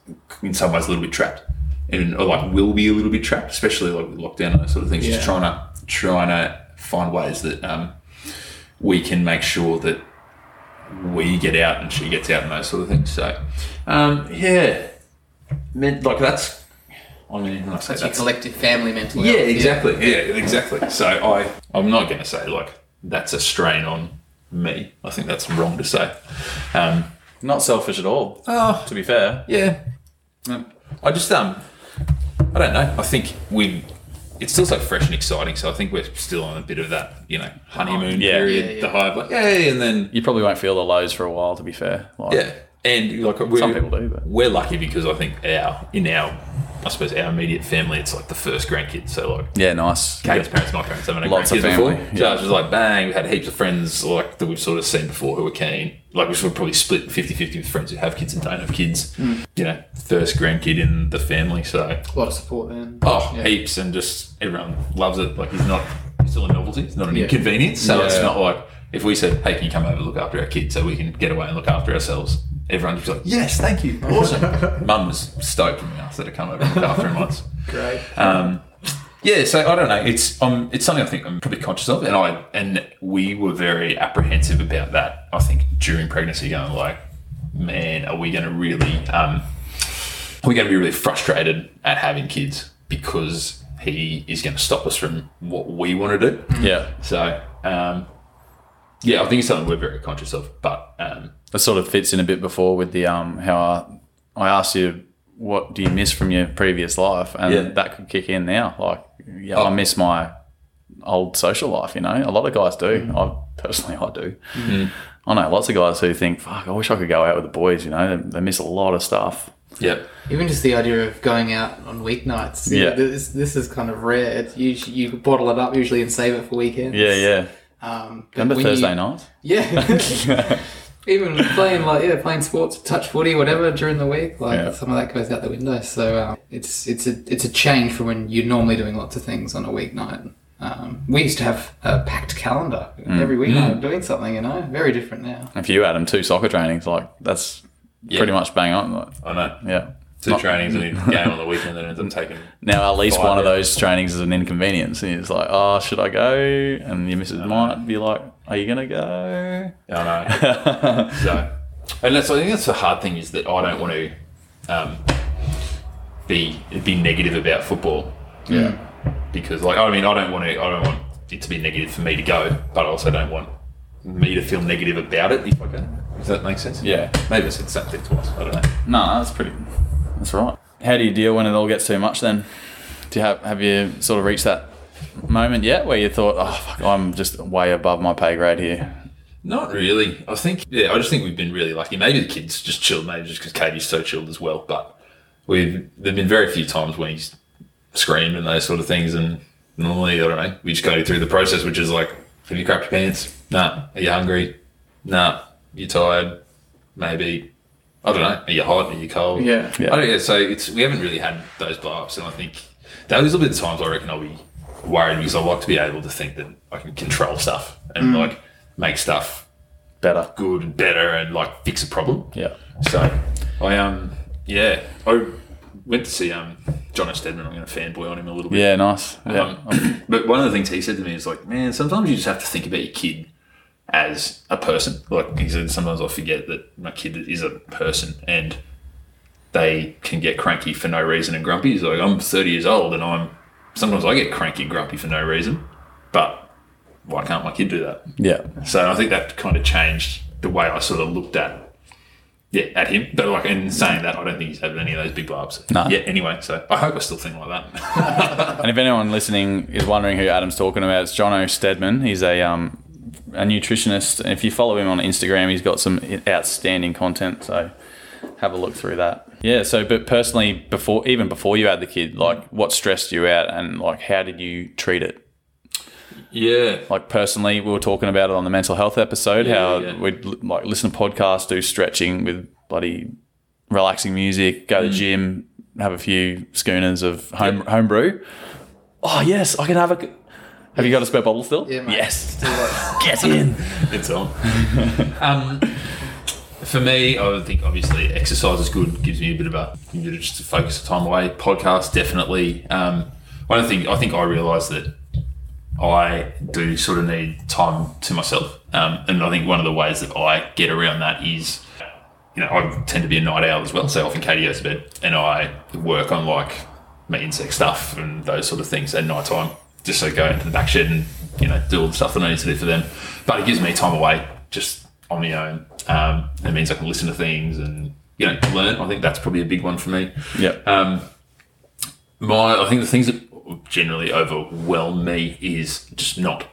Speaker 2: in some ways a little bit trapped, and or like will be a little bit trapped, especially like with lockdown and those sort of things. She's
Speaker 3: Yeah.
Speaker 2: trying to trying to find ways that um, we can make sure that we get out and she gets out and those sort of things. So, um, yeah, meant like that's. I mean, like I say,
Speaker 3: That's your
Speaker 2: that's
Speaker 3: collective family mental
Speaker 2: yeah,
Speaker 3: health,
Speaker 2: exactly. Yeah, exactly. So I, I'm not going to say like that's a strain on me. I think that's wrong to say. Um,
Speaker 1: Not selfish at all,
Speaker 2: oh,
Speaker 1: to be fair.
Speaker 2: yeah. I just um, I don't know. I think we, it's still so fresh and exciting. So I think we're still on a bit of that, you know, honeymoon
Speaker 1: Yeah.
Speaker 2: period.
Speaker 3: Yeah, yeah.
Speaker 2: The hive, like, yay, and then
Speaker 1: You probably won't feel the lows for a while, to be fair. Like,
Speaker 2: Yeah, and like we're,
Speaker 1: Some people do, but-
Speaker 2: we're lucky because I think our in our I suppose our immediate family, it's like the first grandkid. So like
Speaker 1: Yeah, nice.
Speaker 2: Kate's parents, my parents, haven't had
Speaker 1: Lots of
Speaker 2: grandkids
Speaker 1: family,
Speaker 2: before.
Speaker 1: yeah.
Speaker 2: So it was just like bang, we had heaps of friends like that we've sort of seen before who were keen. Like we should probably split 50-50 with friends who have kids and don't have kids.
Speaker 1: Hmm.
Speaker 2: You know, first grandkid in the family. So
Speaker 3: Yeah. A lot of support then.
Speaker 2: oh,
Speaker 3: Yeah.
Speaker 2: heaps and just everyone loves it. Like he's not he's still a novelty. It's not an
Speaker 3: Yeah.
Speaker 2: inconvenience. So it's
Speaker 1: Yeah.
Speaker 2: not like if we said, "Hey, can you come over and look after our kids so we can get away and look after ourselves?" Everyone just like, "Yes, thank you, awesome." Mum was stoked when we asked her to come over and look after him once.
Speaker 3: Great.
Speaker 2: Um, yeah, so I don't know. It's um, it's something I think I'm probably conscious of, and I and we were very apprehensive about that. I think during pregnancy, going like, man, are we going to really um, are we going to be really frustrated at having kids because he is going to stop us from what we want to do?
Speaker 1: Yeah.
Speaker 2: So um, yeah, I think it's something we're very conscious of, but um,
Speaker 1: That sort of fits in a bit before with the um how I, I asked you what do you miss from your previous life, and
Speaker 2: Yeah.
Speaker 1: that could kick in now. Like, yeah,
Speaker 2: Oh.
Speaker 1: I miss my old social life. You know, a lot of guys do.
Speaker 3: Mm-hmm.
Speaker 1: I personally, I do.
Speaker 2: Mm-hmm.
Speaker 1: I know lots of guys who think, "Fuck, I wish I could go out with the boys." You know, they, they miss a lot of stuff.
Speaker 2: yeah,
Speaker 3: Even just the idea of going out on weeknights.
Speaker 1: Yeah.
Speaker 3: This, this is kind of rare. It's usually, you bottle it up usually and save it for weekends.
Speaker 1: Yeah, yeah.
Speaker 3: Um, but
Speaker 1: Remember
Speaker 3: when
Speaker 1: Thursday
Speaker 3: you-
Speaker 1: night?
Speaker 3: Yeah. Even playing like yeah, playing sports, touch footy, whatever during the week, like
Speaker 1: Yeah.
Speaker 3: some of that goes out the window. So um, it's it's a it's a change from when you're normally doing lots of things on a weeknight. Um, we used to have a packed calendar
Speaker 1: Mm.
Speaker 3: every weeknight doing something, you know. Very different now.
Speaker 1: If you add them two soccer trainings, like that's
Speaker 2: Yeah.
Speaker 1: pretty much bang on. Like,
Speaker 2: I know.
Speaker 1: yeah.
Speaker 2: Two trainings and a game on the weekend, and ends up taking.
Speaker 1: Now at least
Speaker 2: Five
Speaker 1: one of
Speaker 2: hours.
Speaker 1: those trainings is an inconvenience, and it's like, oh, should I go? And your missus might be like, are you gonna go?
Speaker 2: I know. So, and that's I think that's the hard thing is that I don't want to um, be be negative about football. Yeah. Because like I mean I don't want to I don't want it to be negative for me to go, but I also don't want me to feel negative about it if I go. Does that make sense?
Speaker 1: Yeah.
Speaker 2: Maybe I said something twice. I don't know.
Speaker 1: No, that's pretty. That's right. How do you deal when it all gets too much? Then, do you have have you sort of reached that moment yet where you thought, oh, fuck, I'm just way above my pay grade here?
Speaker 2: Not really. I think yeah. I just think we've been really lucky. Maybe the kids just chilled. Maybe just because Katie's so chilled as well. But we've there've been very few times when he's screamed and those sort of things. And normally I don't know. We just go through the process, which is like, have you crapped your pants? Nah. Are you hungry? Nah. You tired? Maybe. I don't know. Are you hot? Are you cold?
Speaker 3: Yeah.
Speaker 1: Yeah.
Speaker 2: I don't, yeah. So it's we haven't really had those blow ups, and I think those will be the times I reckon I'll be worried because I like to be able to think that I can control stuff and like make stuff
Speaker 1: Better.
Speaker 2: good and better and like fix a problem.
Speaker 1: Yeah.
Speaker 2: So I um yeah I went to see um John Stedman. I'm going to fanboy on him a little bit.
Speaker 1: Yeah. Nice. Yeah.
Speaker 2: Um, but one of the things he said to me is like, man, sometimes you just have to think about your kid as a person. Like he said, sometimes I forget that my kid is a person and they can get cranky for no reason and grumpy. He's like, I'm 30 years old and I'm sometimes I get cranky and grumpy for no reason, but why can't my kid do that?
Speaker 1: Yeah.
Speaker 2: So I think that kind of changed the way I sort of looked at yeah at him. But like in saying that, I don't think he's having any of those big blow ups.
Speaker 1: No.
Speaker 2: Yeah. Anyway, so I hope I still think like that.
Speaker 1: And if anyone listening is wondering who Adam's talking about, it's John O. Stedman. He's a um, a nutritionist. If you follow him on Instagram, he's got some outstanding content. So have a look through that. Yeah. So, but personally, before even before you had the kid, like what stressed you out, and like how did you treat it?
Speaker 2: yeah.
Speaker 1: Like personally, we were talking about it on the mental health episode. how
Speaker 2: yeah.
Speaker 1: we'd l- like listen to podcasts, do stretching with bloody relaxing music, go to
Speaker 2: Mm.
Speaker 1: the gym, have a few schooners of home homebrew. Oh yes, I can have a. g- Have you got a spare bottle still?
Speaker 3: Yeah, mate.
Speaker 1: yes,
Speaker 3: Still like-
Speaker 1: get in.
Speaker 2: It's on. um, for me, I would think obviously exercise is good. Gives me a bit of a you know, just to focus the time away. Podcast definitely. Um, one thing I think I realised that I do sort of need time to myself, um, and I think one of the ways that I get around that is. You know, I tend to be a night owl as well, so often Katie goes to bed and I work on like my insect stuff and those sort of things at night time. Just so I go into the back shed and you know do all the stuff that I need to do for them. But it gives me time away just on my own. Um, it means I can listen to things and you know learn. I think that's probably a big one for me.
Speaker 1: Yep.
Speaker 2: Um, my, I think the things that generally overwhelm me is just not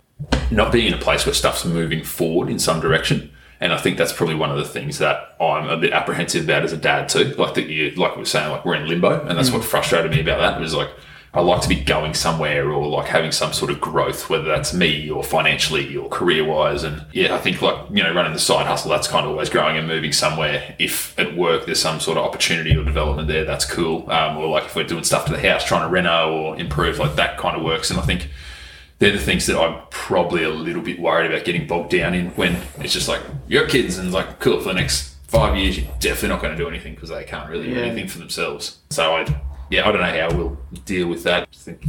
Speaker 2: not being in a place where stuff's moving forward in some direction. And I think that's probably one of the things that I'm a bit apprehensive about as a dad too. Like that you, like we were saying, like we're in limbo, and that's what frustrated me about that. It was like I like to be going somewhere or like having some sort of growth, whether that's me or financially or career wise. And yeah, I think like you know running the side hustle, that's kind of always growing and moving somewhere. If at work there's some sort of opportunity or development there, that's cool. Um, or like if we're doing stuff to the house, trying to reno or improve, like that kind of works. And I think they're the things that I'm probably a little bit worried about getting bogged down in when it's just like your kids and like cool for the next five years you're definitely not going to do anything because they can't really do
Speaker 3: Yeah.
Speaker 2: anything for themselves. So I yeah I don't know how we'll deal with that. I think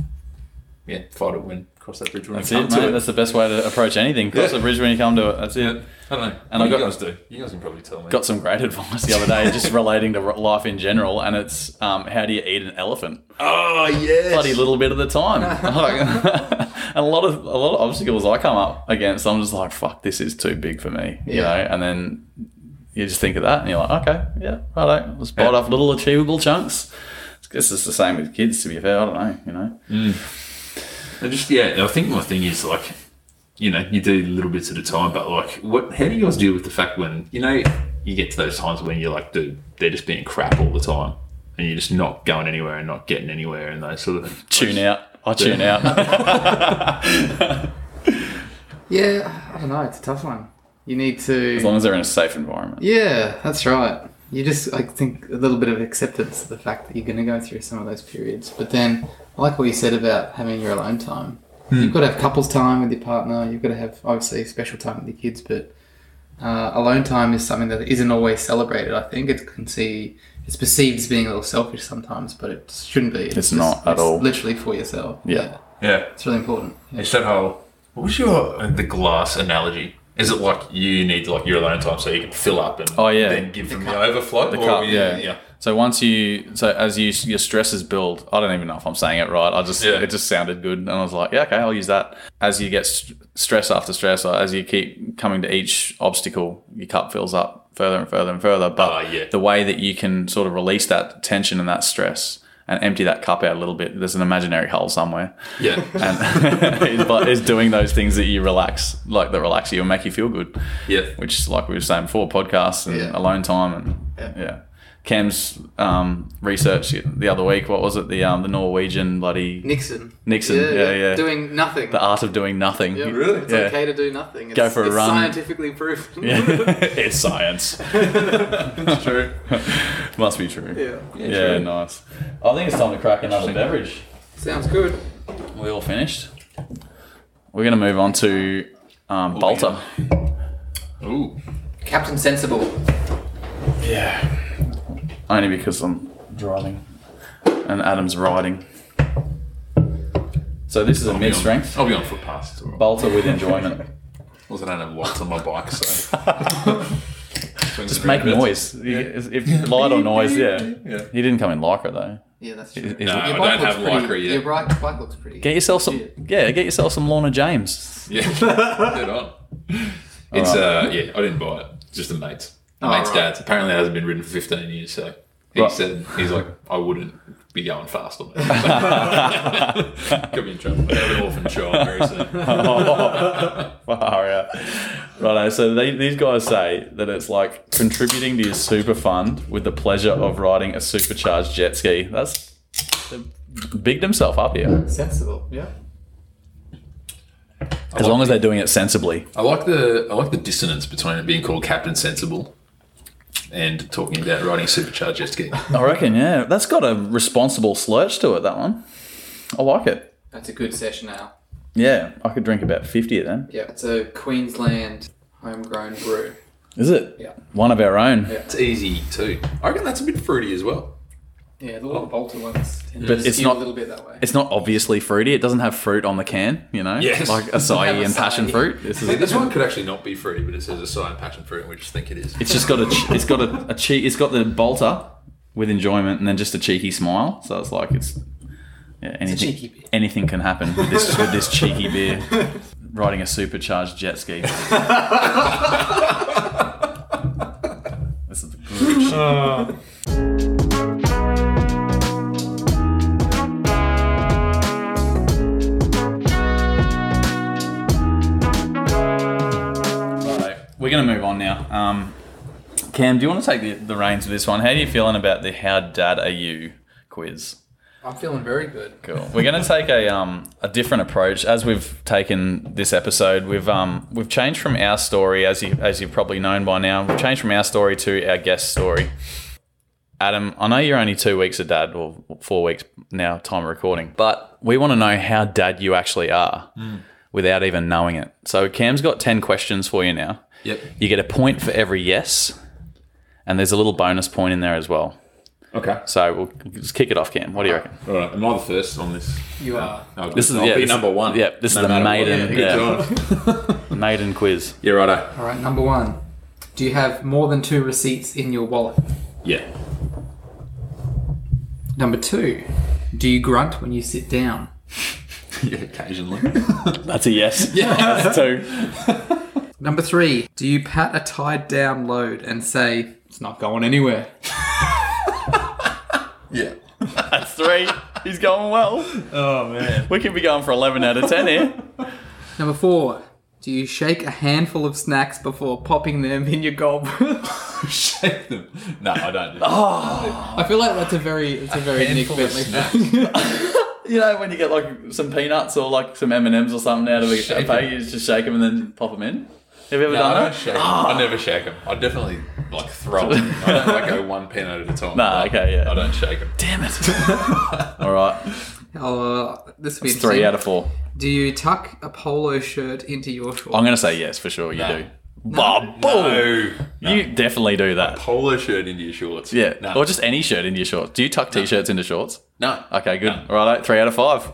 Speaker 2: yeah fight it when cross that bridge when
Speaker 1: That's
Speaker 2: we come
Speaker 1: it,
Speaker 2: to
Speaker 1: mate.
Speaker 2: it.
Speaker 1: That's the best way to approach anything. Cross
Speaker 2: Yeah.
Speaker 1: the bridge when you come to it. That's it.
Speaker 2: yeah, I don't know.
Speaker 1: And I
Speaker 2: What do
Speaker 1: got-
Speaker 2: you guys do. You guys can probably tell me.
Speaker 1: Got some great advice the other day, just relating to r- life in general, and it's um, how do you eat an elephant?
Speaker 2: oh yes.
Speaker 1: bloody little bit at a time. and a lot of a lot of obstacles I come up against, I'm just like, fuck, this is too big for me, you
Speaker 3: Yeah.
Speaker 1: know. And then you just think of that, and you're like, okay, yeah, righto. Let's bite off little achievable chunks. I guess it's the same with kids. To be fair, I don't know, you know.
Speaker 2: I just yeah, I think my thing is like, you know, you do little bits at a time, but like, what? How do you guys deal with the fact when you know you get to those times when you're like, dude, they're just being crap all the time, and you're just not going anywhere and not getting anywhere and those sort of
Speaker 1: Tune out. I tune out.
Speaker 3: Yeah, I don't know. It's a tough one. You need
Speaker 1: as
Speaker 3: to.
Speaker 1: long as they're in a safe environment.
Speaker 3: Yeah, that's right. You just, I think, a little bit of acceptance of the fact that you're going to go through some of those periods. But then, I like what you said about having your alone time.
Speaker 1: Hmm.
Speaker 3: You've got to have couples time with your partner. You've got to have obviously special time with your kids. But uh, alone time is something that isn't always celebrated. I think it can see it's perceived as being a little selfish sometimes, but it shouldn't be.
Speaker 1: It's
Speaker 3: just-
Speaker 1: not at
Speaker 3: it's
Speaker 1: all.
Speaker 3: Literally for yourself.
Speaker 1: Yeah.
Speaker 2: yeah.
Speaker 3: it's really important. Yeah.
Speaker 2: It's that whole. What was your uh, the glass analogy? Is it like you need like your alone time so you can fill up and
Speaker 1: Oh, yeah.
Speaker 2: then give them the overflow?
Speaker 1: The
Speaker 2: Or-
Speaker 1: cup, yeah.
Speaker 2: yeah.
Speaker 1: So once you, so as you, your stresses build. I don't even know if I'm saying it right. I just,
Speaker 2: Yeah.
Speaker 1: it just sounded good, and I was like, yeah, okay, I'll use that. As you get st- stress after stress, or as you keep coming to each obstacle, your cup fills up further and further and further. But
Speaker 2: Ah, yeah.
Speaker 1: the way that you can sort of release that tension and that stress and empty that cup out a little bit, there's an imaginary hole somewhere,
Speaker 2: Yeah.
Speaker 1: and is, but is doing those things that you relax, like that relax you and make you feel good
Speaker 2: yeah.
Speaker 1: which like we were saying before, podcasts and
Speaker 3: Yeah.
Speaker 1: alone time and yeah.
Speaker 3: Yeah.
Speaker 1: Cam's um, research the other week. What was it? The um, the Norwegian bloody
Speaker 3: Nixon.
Speaker 1: Nixon, yeah, yeah.
Speaker 3: Doing nothing.
Speaker 1: the art of doing nothing.
Speaker 3: Yeah,
Speaker 2: Really?
Speaker 3: It's
Speaker 1: Yeah.
Speaker 3: okay to do nothing. It's,
Speaker 1: Go for a
Speaker 3: it's
Speaker 1: run.
Speaker 3: Scientifically proven.
Speaker 1: Yeah. it's science.
Speaker 2: That's true.
Speaker 1: Must be true.
Speaker 3: Yeah.
Speaker 1: Yeah,
Speaker 2: true.
Speaker 1: nice. I think it's time to crack another beverage.
Speaker 3: Sounds good.
Speaker 1: We all finished. We're gonna move on to um, Balta.
Speaker 2: Ooh.
Speaker 3: Captain Sensible.
Speaker 1: Yeah. Only because I'm driving and Adam's riding. So this is a
Speaker 2: I'll be on-
Speaker 1: mid strength.
Speaker 2: I'll be on foot past. it's all right.
Speaker 1: Balta with enjoyment.
Speaker 2: Also, I don't have lights on my bike, so
Speaker 1: Just make noise. You- If light or noise, yeah.
Speaker 2: Yeah.
Speaker 1: He didn't come in lycra though.
Speaker 3: Yeah, that's
Speaker 1: Is-
Speaker 3: true.
Speaker 1: is- No, I
Speaker 2: don't have
Speaker 3: pretty,
Speaker 2: Lycra yet.
Speaker 3: Your bike, bike looks pretty.
Speaker 1: Get yourself some. Yeah, get yourself some Lorna James.
Speaker 2: Yeah, dead on. It's uh, yeah, I didn't buy it. It's just a mate's. A
Speaker 3: Oh,
Speaker 2: mate's
Speaker 3: right.
Speaker 2: dad's. Apparently, it hasn't been ridden for fifteen years. So he
Speaker 1: Right.
Speaker 2: said he's like, I wouldn't be going fast on it. Could be in trouble. I have an orphan child very soon.
Speaker 1: Far out. Righto. So they, these guys say that it's like contributing to your super fund with the pleasure of riding a supercharged jet ski. That's they've bigged himself up here.
Speaker 3: Sensible. Yeah.
Speaker 1: As long as they're doing it sensibly.
Speaker 2: I like the I like the dissonance between it being called Captain Sensible and talking about riding a supercharged jet ski.
Speaker 1: I reckon. Yeah, that's got a responsible slurch to it. That one. I like it.
Speaker 3: That's a good session now.
Speaker 1: Yeah, I could drink about fifty of them.
Speaker 3: Yeah. It's a Queensland homegrown brew.
Speaker 1: Is it?
Speaker 3: Yeah.
Speaker 1: One of our own.
Speaker 3: Yeah.
Speaker 2: It's easy too. I reckon that's a bit fruity as well.
Speaker 3: Yeah, the little Bolter ones tend
Speaker 1: But
Speaker 3: to
Speaker 1: it's
Speaker 3: skew
Speaker 1: not-
Speaker 3: a little bit that way.
Speaker 1: It's not obviously fruity. It doesn't have fruit on the can, you know?
Speaker 2: Yes.
Speaker 1: Like
Speaker 3: Doesn't
Speaker 1: acai
Speaker 3: have
Speaker 1: and passion
Speaker 3: acai.
Speaker 1: fruit. This
Speaker 2: See,
Speaker 1: is
Speaker 2: this one could actually not be fruity, but it says acai and passion fruit, and we just think it is.
Speaker 1: It's just got a ch- it's got a, a cheek it's got the bolter with enjoyment and then just a cheeky smile. So it's like it's Yeah, anything,
Speaker 3: cheeky beer.
Speaker 1: anything can happen with this, with this cheeky beer. Riding a supercharged jet ski. this is the good Uh, shit. Alright, we're going to move on now. Um, Cam, do you want to take the, the reins of this one? How are you feeling about the How Dad Are You quiz?
Speaker 3: I'm feeling very good.
Speaker 1: Cool. We're going to take a um, a different approach as we've taken this episode. We've um we've changed from our story as you as you've probably known by now. We've changed from our story to our guest story. Adam, I know you're only two weeks a dad or four weeks now time of recording, but we want to know how dad you actually are without even knowing it. So Cam's got ten questions for you now.
Speaker 2: Yep.
Speaker 1: You get a point for every yes, and there's a little bonus point in there as well.
Speaker 2: Okay.
Speaker 1: So we'll just kick it off, Cam. What do you reckon?
Speaker 2: All right. Am I the first on this?
Speaker 3: You are.
Speaker 2: No, good.
Speaker 1: This is
Speaker 2: I'll
Speaker 1: yeah,
Speaker 2: be
Speaker 1: this-
Speaker 2: number one.
Speaker 1: yeah, this is the
Speaker 2: matter what.
Speaker 1: maiden,
Speaker 2: Yeah,
Speaker 1: yeah.
Speaker 2: good job.
Speaker 1: Maiden quiz.
Speaker 2: yeah, righto.
Speaker 3: All right, number one. Do you have more than two receipts in your wallet?
Speaker 2: Yeah.
Speaker 3: Number two. Do you grunt when you sit down?
Speaker 2: Yeah, occasionally.
Speaker 1: That's a yes. Yeah. That's two.
Speaker 3: Number three. Do you pat a tied down load and say, it's not going anywhere?
Speaker 2: yeah.
Speaker 1: That's three. He's going well.
Speaker 2: Oh man.
Speaker 1: We could be going for 11 out of 10 here.
Speaker 3: Number four. Do you shake a handful of snacks before popping them in your gob?
Speaker 2: Shake them. No, I don't. Do that.
Speaker 1: Oh,
Speaker 3: I feel like that's a very, it's a very Nick
Speaker 2: handful of
Speaker 3: Bentley
Speaker 2: snacks.
Speaker 3: thing.
Speaker 1: You know, when you get like some peanuts or like some M&Ms or something out of a, a
Speaker 2: Shake
Speaker 1: pack, you just shake them and then pop them in. Have you ever
Speaker 2: No, I
Speaker 1: done
Speaker 2: don't
Speaker 1: that?
Speaker 2: shake them. I never shake them. I definitely like throw them. I don't like go one pen at a time.
Speaker 1: Nah,
Speaker 2: Like,
Speaker 1: okay, yeah.
Speaker 2: I don't shake them.
Speaker 1: Damn it. All right.
Speaker 3: Oh, this would be
Speaker 1: It's three
Speaker 3: interesting.
Speaker 1: out of four.
Speaker 3: Do you tuck a polo shirt into your shorts?
Speaker 1: I'm going to say yes for sure. You
Speaker 2: No.
Speaker 1: do. Bah, boom.
Speaker 2: No.
Speaker 1: You definitely do that.
Speaker 2: Polo shirt into your shorts.
Speaker 1: Yeah.
Speaker 2: No.
Speaker 1: Or just any shirt into your shorts. Do you tuck t-shirts into shorts?
Speaker 2: no.
Speaker 1: Okay, good.
Speaker 2: No.
Speaker 1: All right, three out of five.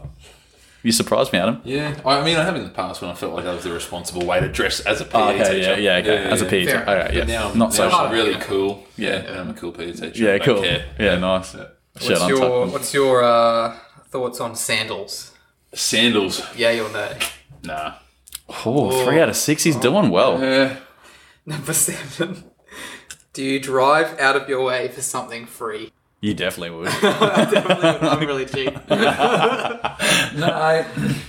Speaker 1: You surprised me, Adam.
Speaker 2: Yeah. I I mean, I have in the past when I felt like I was the responsible way to dress as a PE
Speaker 1: Oh, okay,
Speaker 2: teacher.
Speaker 1: yeah, yeah, okay. As a PE teacher.
Speaker 3: Fair.
Speaker 1: All right,
Speaker 2: But
Speaker 1: yeah.
Speaker 2: now, I'm-
Speaker 1: Not
Speaker 2: now
Speaker 1: social.
Speaker 2: I'm really cool.
Speaker 1: Yeah.
Speaker 2: and I'm a cool PE teacher. I
Speaker 1: Yeah,
Speaker 2: don't
Speaker 1: cool.
Speaker 2: care.
Speaker 1: Yeah, nice. Shirt
Speaker 3: What's your
Speaker 1: untucked.
Speaker 3: What's your uh, thoughts on sandals?
Speaker 2: Sandals.
Speaker 3: Yay or nay?
Speaker 2: Nah.
Speaker 1: Oh, three out of six. He's doing well.
Speaker 2: Yeah.
Speaker 3: Number seven. Do you drive out of your way for something free?
Speaker 1: You definitely would.
Speaker 3: I'm really cheap.
Speaker 2: No,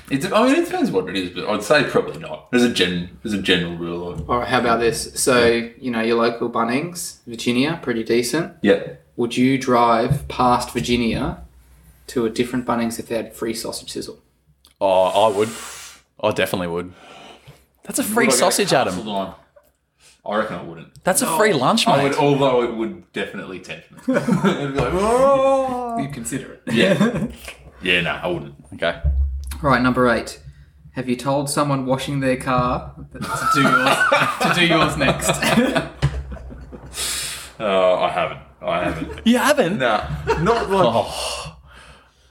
Speaker 2: it, de- I mean, it depends what it is, but I'd say probably not. There's a gen, there's a general rule. Of,
Speaker 3: All right, how about this? So you know your local Bunnings, Virginia, pretty decent.
Speaker 2: yeah.
Speaker 3: Would you drive past Virginia to a different Bunnings if they had free sausage sizzle?
Speaker 1: oh, I would. I definitely would. That's a free
Speaker 2: Would I get a
Speaker 1: sausage,
Speaker 2: castle
Speaker 1: Adam.
Speaker 2: lime? I reckon I wouldn't.
Speaker 1: That's a free lunch,
Speaker 2: I would,
Speaker 1: mate.
Speaker 2: although it would definitely tempt me. It'd be like, "Oh."
Speaker 3: You consider it.
Speaker 2: Yeah. Yeah, no, I wouldn't.
Speaker 1: Okay.
Speaker 3: All right, number eight. Have you told someone washing their car that- to do yours, to do yours next?
Speaker 2: Uh, I haven't. I haven't.
Speaker 1: You haven't? oh.
Speaker 2: nah, not like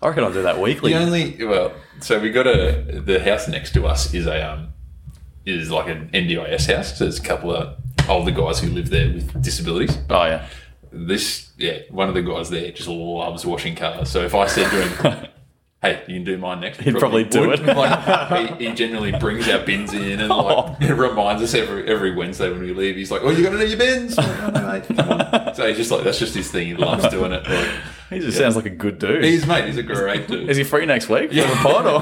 Speaker 1: I reckon I'll do that weekly.
Speaker 2: the only. Well, so we got a the house next to us is a um is like an NDIS house. So there's a couple of older guys who live there with disabilities.
Speaker 1: Oh, yeah.
Speaker 2: this yeah, one of the guys there just loves washing cars. So if I said to him, "Hey, you can do mine next,"
Speaker 1: He'd probably do
Speaker 2: would.
Speaker 1: it.
Speaker 2: Like, he, he generally brings our bins in and like
Speaker 1: Oh.
Speaker 2: it reminds us every every Wednesday when we leave. He's like, "Oh, you got to do your bins." Like, "Oh, no, mate, come on." so he's just like that's just his thing. He loves doing it. Like,
Speaker 1: He just sounds like a good dude.
Speaker 2: he's mate. He's a great dude.
Speaker 1: Is he free next week? Yeah. a pod or?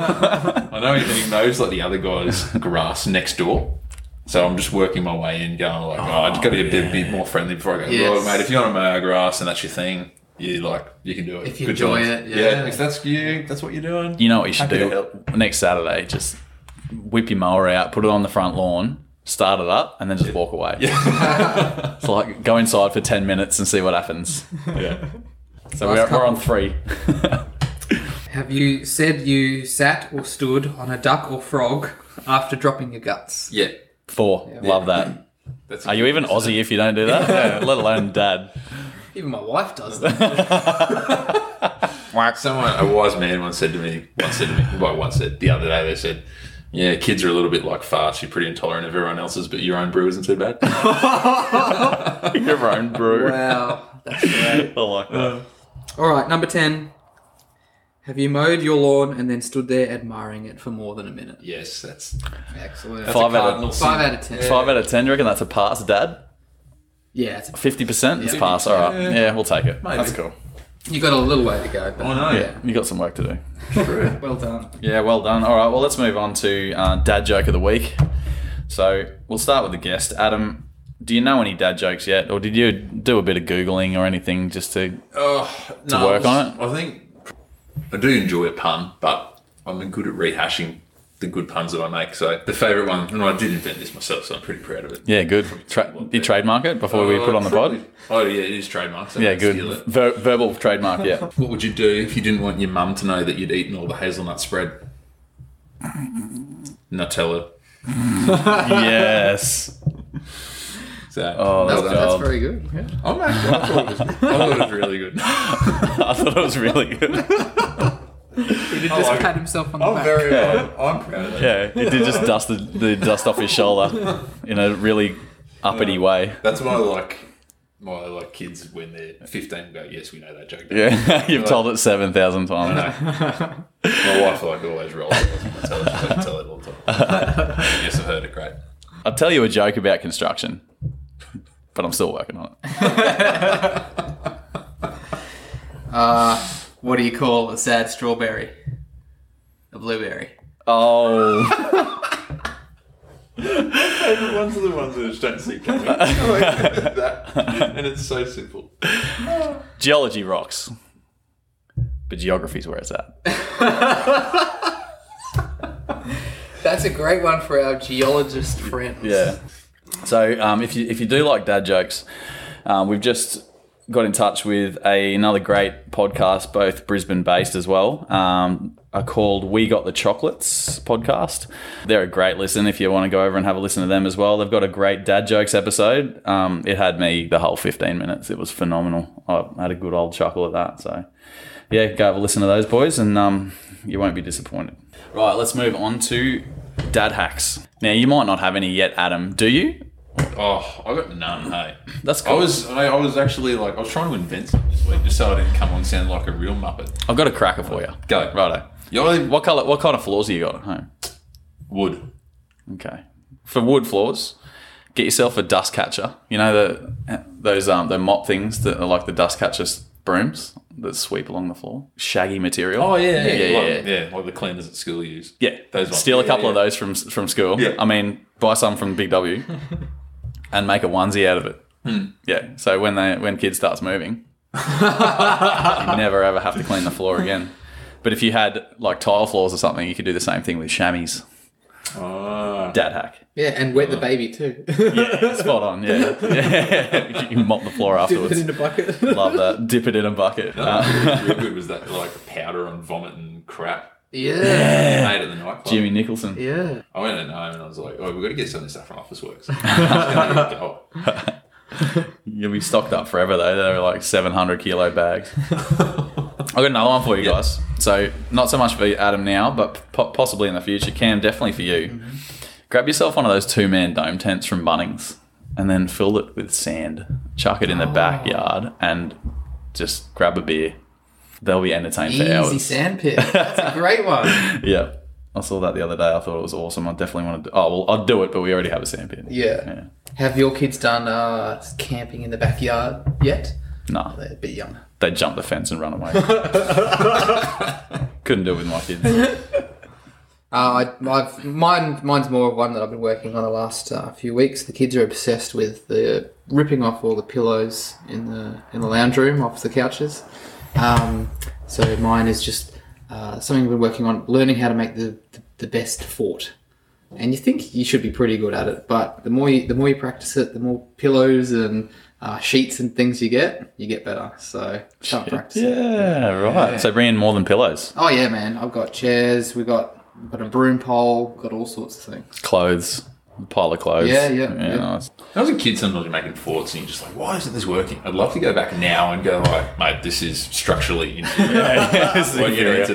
Speaker 2: I know he, he knows like the other guys' grass next door. So I'm just working my way in, going like, oh, I just got to be a bit, bit more friendly before I go.
Speaker 3: Yes.
Speaker 2: Well, mate, if you want to mow our grass and that's your thing, you like you can do it.
Speaker 3: If you enjoy it, yeah.
Speaker 2: If that's you, that's what you're doing.
Speaker 1: you know what you should
Speaker 2: Happy to
Speaker 1: do
Speaker 2: help.
Speaker 1: next Saturday? Just whip your mower out, put it on the front lawn, start it up, and then just walk away.
Speaker 2: Yeah.
Speaker 1: So like go inside for 10 minutes and see what happens.
Speaker 2: yeah.
Speaker 1: So
Speaker 3: Last
Speaker 1: we're, we're on
Speaker 3: couple.
Speaker 1: three.
Speaker 3: Have you said you sat or stood on a duck or frog after dropping your guts?
Speaker 2: Yeah.
Speaker 1: Four. Love that.
Speaker 2: That's
Speaker 1: Are you even Aussie if you don't do that? Yeah, let alone dad.
Speaker 3: Even my wife does that.
Speaker 2: Someone, a wise man once said to me, once said to me, well, once said the other day, they said, yeah, kids are a little bit like farts. You're pretty intolerant of everyone else's, but your own brew isn't too bad.
Speaker 1: Your own brew.
Speaker 3: wow. That's great.
Speaker 1: I like that.
Speaker 3: All right, number 10. Have you mowed your lawn and then stood there admiring it for more than a minute?
Speaker 2: Yes, that's
Speaker 3: Excellent.
Speaker 2: that's
Speaker 1: Five
Speaker 2: a
Speaker 1: out of-
Speaker 2: cardinal sin.
Speaker 3: Five out of ten.
Speaker 1: Five out of ten. Do you reckon that's a pass, Dad?
Speaker 3: Yeah, it's,
Speaker 1: Fifty percent. It's
Speaker 3: Yeah.
Speaker 1: pass. All right.
Speaker 2: Yeah.
Speaker 1: Yeah, we'll take it.
Speaker 2: Maybe.
Speaker 1: That's cool.
Speaker 3: you got a little way to go. But
Speaker 2: I know.
Speaker 1: Yeah, you got some work to do.
Speaker 2: True.
Speaker 3: Well done.
Speaker 1: Yeah, well done. All right, well, let's move on to uh, dad joke of the week. So we'll start with the guest. Adam, do you know any dad jokes yet? Or did you do a bit of Googling or anything just to.
Speaker 2: Oh, no,
Speaker 1: work
Speaker 2: I
Speaker 1: on it?
Speaker 2: I think I do enjoy a pun, but I'm good at rehashing the good puns that I make. So the favourite one, and I did invent this myself, so I'm pretty proud of it.
Speaker 1: Yeah, good. Tra- you trademark it before we put it on the pod?
Speaker 2: Oh yeah, it is trademark. So I
Speaker 1: Yeah,
Speaker 2: can steal
Speaker 1: good.
Speaker 2: it.
Speaker 1: Ver- verbal trademark, yeah.
Speaker 2: What would you do if you didn't want your mum to know that you'd eaten all the hazelnut spread? Nutella.
Speaker 1: yes.
Speaker 2: So
Speaker 1: Oh,
Speaker 3: That's,
Speaker 1: that's,
Speaker 3: that's
Speaker 1: gold.
Speaker 3: very good. Yeah.
Speaker 2: I'm actually, Oh, I thought it was, I thought it was really good.
Speaker 1: I thought it was really good.
Speaker 3: He did
Speaker 2: Oh, I
Speaker 3: just
Speaker 2: like
Speaker 3: pat
Speaker 2: it.
Speaker 3: himself on the
Speaker 2: I'm
Speaker 3: back.
Speaker 2: very,
Speaker 1: Yeah.
Speaker 2: I'm, I'm proud of that.
Speaker 1: Yeah, it did just dust the, the dust off his shoulder in a really uppity way.
Speaker 2: That's why, like, my like kids when they're 15 go, yes, we know that joke.
Speaker 1: Yeah, you've told it 7,000 times.
Speaker 2: My wife like always rolls. her eyes when I tell her. She doesn't tell it all the time. yes, I've heard it. Great.
Speaker 1: I'll tell you a joke about construction, but I'm still working on it.
Speaker 3: Uh, what do you call a sad strawberry? A blueberry.
Speaker 1: Oh,
Speaker 2: Favorite ones are the ones that just don't see coming. and it's so simple.
Speaker 1: geology rocks, but geography's where it's at.
Speaker 3: That's a great one for our geologist friends.
Speaker 1: Yeah. So um, if you if you do like dad jokes, um, we've just got in touch with a, another great podcast, both Brisbane based as well. Um, are called We Got the Chocolates podcast. They're a great listen if you want to go over and have a listen to them as well. They've got a great dad jokes episode. Um, it had me the whole 15 minutes. It was phenomenal. I had a good old chuckle at that. So yeah, go have a listen to those boys, and um, you won't be disappointed. Right, let's move on to dad hacks. Now, you might not have any yet, Adam. Do you?
Speaker 2: Oh, I got none. Hey,
Speaker 1: That's
Speaker 2: I
Speaker 1: cool.
Speaker 2: was, I, I was actually like, I was trying to invent something this week just so I didn't come on sound like a real muppet.
Speaker 1: I've got a cracker for you.
Speaker 2: Go.
Speaker 1: righto.
Speaker 2: You only
Speaker 1: What color? What kind of floors have you got at home?
Speaker 2: wood.
Speaker 1: Okay, for wood floors, get yourself a dust catcher. You know the those um the mop things that are like the dust catchers brooms that sweep along the floor. Shaggy material.
Speaker 2: Oh, yeah,
Speaker 1: yeah,
Speaker 2: like, yeah. Like the cleaners at school use.
Speaker 1: Yeah,
Speaker 2: Those ones.
Speaker 1: steal a
Speaker 2: Yeah,
Speaker 1: couple
Speaker 2: yeah.
Speaker 1: of those from from school.
Speaker 2: Yeah.
Speaker 1: I mean, buy some from Big W, and make a onesie out of it.
Speaker 2: Hmm.
Speaker 1: Yeah, so when they when kid starts moving, you never ever have to clean the floor again. But if you had like tile floors or something, you could do the same thing with chamois.
Speaker 2: Ah.
Speaker 1: Dad hack.
Speaker 3: Yeah, and wet the baby too.
Speaker 1: Yeah, spot on. Yeah, yeah. you can mop the floor
Speaker 3: Dip it
Speaker 1: afterwards.
Speaker 3: in a bucket.
Speaker 1: Love that. Dip it in a bucket. Uh,
Speaker 2: real good was that like powder and vomit and crap.
Speaker 3: yeah.
Speaker 2: I made at the nightclub.
Speaker 1: Jimmy Nicholson.
Speaker 3: Yeah.
Speaker 2: I went in home and I was like, oh, we've got to get some of this stuff from Office Works. It's gonna be gold.
Speaker 1: You'll be stocked up forever though. They're like 700 kilo bags. I've got another one for you guys. So, not so much for Adam now, but po- possibly in the future. Cam, definitely for you.
Speaker 3: Mm-hmm.
Speaker 1: Grab yourself one of those two man dome tents from Bunnings and then fill it with sand. Chuck it in
Speaker 3: Oh.
Speaker 1: the backyard and just grab a beer. They'll be entertained for
Speaker 3: Easy
Speaker 1: hours.
Speaker 3: sandpit. That's a great one.
Speaker 1: Yeah. I saw that the other day. I thought it was awesome. I definitely want to. Do- oh, well, I'll do it, but we already have a sandpit.
Speaker 3: Yeah.
Speaker 1: Yeah.
Speaker 3: Have your kids done uh, camping in the backyard yet?
Speaker 1: Nah.
Speaker 3: They're a bit young.
Speaker 1: they jump the fence and run away. Couldn't do it with my kids.
Speaker 3: Uh, I, I've, mine, mine's more of one that I've been working on the last uh, few weeks. The kids are obsessed with the ripping off all the pillows in the in the lounge room off the couches. Um, so mine is just uh, something I've been working on, learning how to make the, the, the best fort. And you think you should be pretty good at it, but the more you, the more you practice it, the more pillows and uh, sheets and things you get, you get better. So start practicing.
Speaker 1: Yeah, right. So bring in more than pillows,
Speaker 3: Oh yeah, man! I've got chairs. We've got we've got a broom pole. Got all sorts of things.
Speaker 1: clothes, pile of clothes.
Speaker 3: Yeah, yeah, yeah.
Speaker 1: nice.
Speaker 2: When I was a kid, sometimes you're making forts and you're just like, why isn't this working? I'd love to go back now and go, like, mate, this is structurally inferior. what you need to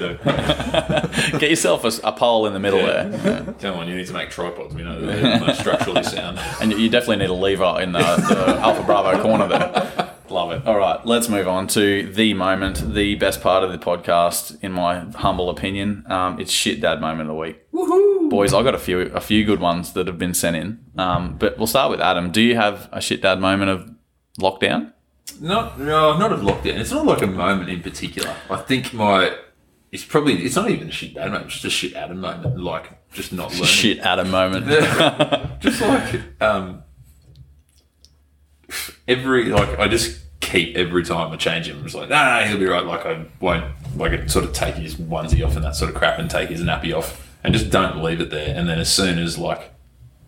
Speaker 2: do.
Speaker 1: Get yourself a, a pole in the middle there,
Speaker 2: Come on, you need to make tripods. We know that they're not structurally sound.
Speaker 1: and you, you definitely need a lever in the, the Alpha Bravo corner there. Love it. All right, let's move on to the moment, the best part of the podcast, in my humble opinion. Um, it's shit dad moment of the week.
Speaker 3: Woohoo!
Speaker 1: Boys, I got a few a few good ones that have been sent in. Um, but we'll start with Adam. Do you have a shit dad moment of lockdown?
Speaker 2: Not no, not of lockdown. It's not like a moment in particular. I think my it's probably it's not even a shit dad moment. It's just a shit Adam moment. Like just not learning.
Speaker 1: Shit Adam moment.
Speaker 2: just like um, every like I just keep every time I change him. I'm just like, nah, nah, he'll be right. Like I won't like I sort of take his onesie off and that sort of crap and take his nappy off and just don't leave it there. And then as soon as like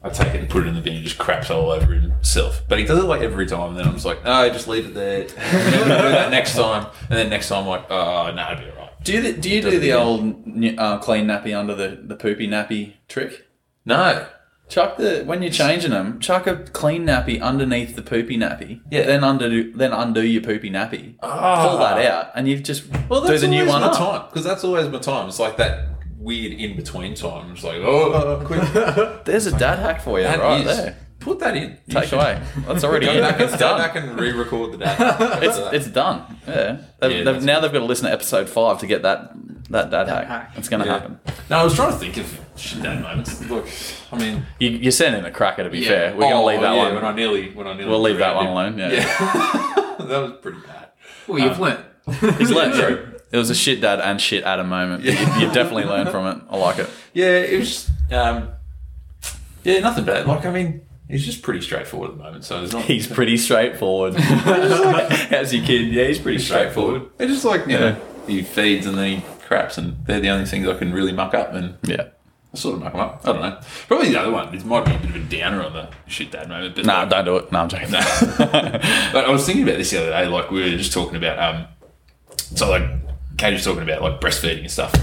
Speaker 2: I take it and put it in the bin, he just craps all over himself. But he does it like every time. And then I'm just like, no, just leave it there. Never do that next time. And then next time, I'm like, oh, nah, it'll be alright.
Speaker 1: Do you do you do the old n- uh, clean nappy under the the poopy nappy trick?
Speaker 2: No.
Speaker 1: Chuck the when you're changing them, chuck a clean nappy underneath the poopy nappy.
Speaker 2: Yeah.
Speaker 1: Then undo then undo your poopy nappy.
Speaker 2: Ah.
Speaker 1: Pull that out, and you've just
Speaker 2: Well,
Speaker 1: do
Speaker 2: that's
Speaker 1: the new
Speaker 2: always
Speaker 1: one
Speaker 2: my
Speaker 1: up.
Speaker 2: time because that's always my time. It's like that weird in between time. It's like oh, quick,
Speaker 1: There's a dad hack for you
Speaker 2: that
Speaker 1: right
Speaker 2: is-
Speaker 1: there.
Speaker 2: Put that in. You
Speaker 1: Take
Speaker 2: should
Speaker 1: away. That's already
Speaker 2: Go
Speaker 1: in.
Speaker 2: back,
Speaker 1: It's
Speaker 2: and, go
Speaker 1: done.
Speaker 2: back and re-record the data. uh,
Speaker 1: It's it's done. Yeah. They've,
Speaker 2: Yeah,
Speaker 1: they've,
Speaker 2: that's
Speaker 1: now they've got to listen to episode five to get that that dad hack.
Speaker 3: hack.
Speaker 1: It's gonna
Speaker 2: Yeah.
Speaker 1: happen.
Speaker 2: No, I was trying to think of shit dad moments. Look, I mean,
Speaker 1: You, you're sending a cracker to be
Speaker 3: Yeah.
Speaker 1: fair. We're
Speaker 2: oh,
Speaker 1: gonna leave that
Speaker 2: yeah,
Speaker 1: one.
Speaker 2: When I nearly, when I nearly,
Speaker 1: We'll leave that
Speaker 2: drowned
Speaker 1: one
Speaker 2: him.
Speaker 1: alone. Yeah.
Speaker 2: Yeah, that was pretty bad.
Speaker 3: Well, you've learnt.
Speaker 1: He's learned.
Speaker 2: True.
Speaker 1: It was a shit dad and shit Adam moment.
Speaker 2: Yeah.
Speaker 1: You, you've definitely learned from it. I like it.
Speaker 2: Yeah, it was. Um, yeah, nothing bad. Like, I mean, it's just pretty straightforward at the moment. So there's not.
Speaker 1: He's pretty straightforward. How's your kid? Yeah, he's pretty straightforward.
Speaker 2: straightforward. They're just like, you know, he feeds and then he craps, and they're the only things I can really muck up, and
Speaker 1: Yeah.
Speaker 2: I sort of muck them up. I don't know. Probably the other one. It might be a bit of a downer on the shit dad moment, but
Speaker 1: Nah, don't do it. Nah, I'm joking.
Speaker 2: but I was thinking about this the other day. Like we were just talking about, um, so like Katie was talking about like breastfeeding and stuff,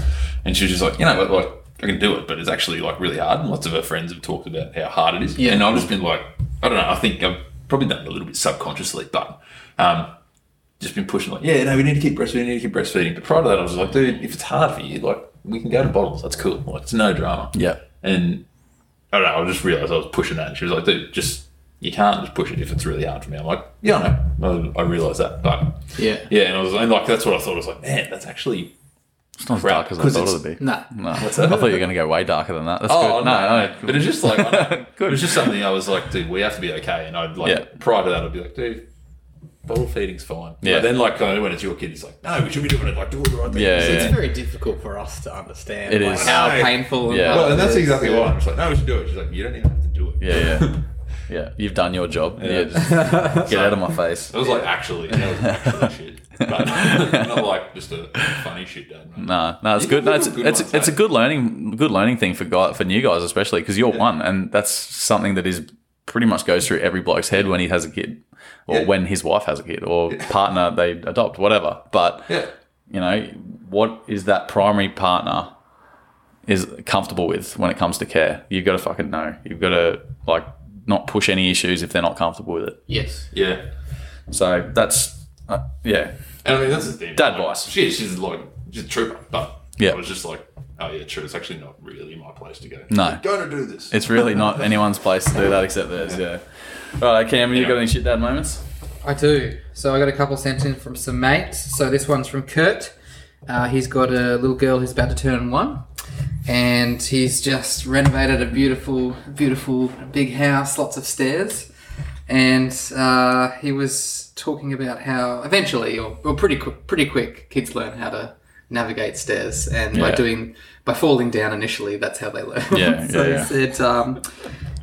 Speaker 2: and she was just like, you know, what, like I can do it, but it's actually like really hard. And lots of her friends have talked about how hard it is.
Speaker 3: Yeah.
Speaker 2: And I've just been like, I don't know. I think I've probably done it a little bit subconsciously, but um, just been pushing like, yeah, no, we need to keep breastfeeding, we need to keep breastfeeding. But prior to that, I was like, dude, if it's hard for you, like we can go to bottles. That's cool. Like it's no drama.
Speaker 1: Yeah.
Speaker 2: And I don't know, I just realised I was pushing that. And she was like, dude, just, you can't just push it if it's really hard for me. I'm like, yeah, I know. I, I realise that. But
Speaker 3: Yeah.
Speaker 2: yeah, and I was and like, that's what I thought. I was like, man, that's actually.
Speaker 1: It's not as dark as I
Speaker 2: 'Cause
Speaker 1: thought
Speaker 2: it's-
Speaker 1: it would be.
Speaker 3: Nah.
Speaker 1: No. I thought you were going to go way darker than that. That's Oh, good.
Speaker 2: But it's just like, I know,
Speaker 1: Good.
Speaker 2: it was just something I was like, dude, we have to be okay. And I'd like,
Speaker 1: Yeah.
Speaker 2: prior to that, I'd be like, dude, bottle feeding's fine.
Speaker 1: Yeah.
Speaker 2: But then, like, uh, when it's your kid, he's like, no, we should be doing it. Like, do it the right thing.
Speaker 1: Yeah,
Speaker 2: So it's-
Speaker 1: yeah.
Speaker 4: It's very difficult for us to understand.
Speaker 1: It
Speaker 4: like,
Speaker 1: is.
Speaker 3: How
Speaker 2: No.
Speaker 3: painful.
Speaker 1: Yeah.
Speaker 3: hard
Speaker 2: Well, and
Speaker 3: it
Speaker 2: that's
Speaker 3: is.
Speaker 2: exactly why. I'm just like, no, we should do it. She's like, you don't even have to do it.
Speaker 1: Yeah, yeah. Yeah, you've done your job. Yeah, just get out of my face.
Speaker 2: It was like actually, that was actually shit. But not like just a funny shit dad. moment.
Speaker 1: No, no, it's
Speaker 2: You
Speaker 1: good. No,
Speaker 2: got
Speaker 1: it's
Speaker 2: good
Speaker 1: it's,
Speaker 2: ones,
Speaker 1: it's a
Speaker 2: eh?
Speaker 1: good learning good learning thing for guy, for new guys especially because you're one, and that's something that is pretty much goes through every bloke's head when he has a kid, or
Speaker 2: Yeah.
Speaker 1: when his wife has a kid, or partner they adopt, whatever. But
Speaker 2: Yeah.
Speaker 1: you know, what is that primary partner is comfortable with when it comes to care? You've got to fucking know. You've got to like not push any issues if they're not comfortable with it.
Speaker 3: Yes.
Speaker 2: Yeah.
Speaker 1: So that's uh, yeah,
Speaker 2: And I mean, that's the thing.
Speaker 1: Dad
Speaker 2: like,
Speaker 1: boss.
Speaker 2: She, she's like, she's a trooper. But
Speaker 1: Yeah.
Speaker 2: I was just like, oh, yeah, true. It's actually not really my place to go.
Speaker 1: No.
Speaker 2: Going to do this.
Speaker 1: it's really not anyone's place to do that except theirs. Yeah. Right, Cam, you got any shit dad moments?
Speaker 3: I do. So I got a couple sent in from some mates. So this one's from Kurt. Uh, he's got a little girl who's about to turn one, and he's just renovated a beautiful, beautiful big house, lots of stairs. And uh, he was talking about how eventually, or, or pretty qu- pretty quick, kids learn how to navigate stairs, and by
Speaker 1: Yeah.
Speaker 3: doing by falling down initially, that's how they learn.
Speaker 1: Yeah,
Speaker 3: so
Speaker 1: yeah, yeah.
Speaker 3: he said um,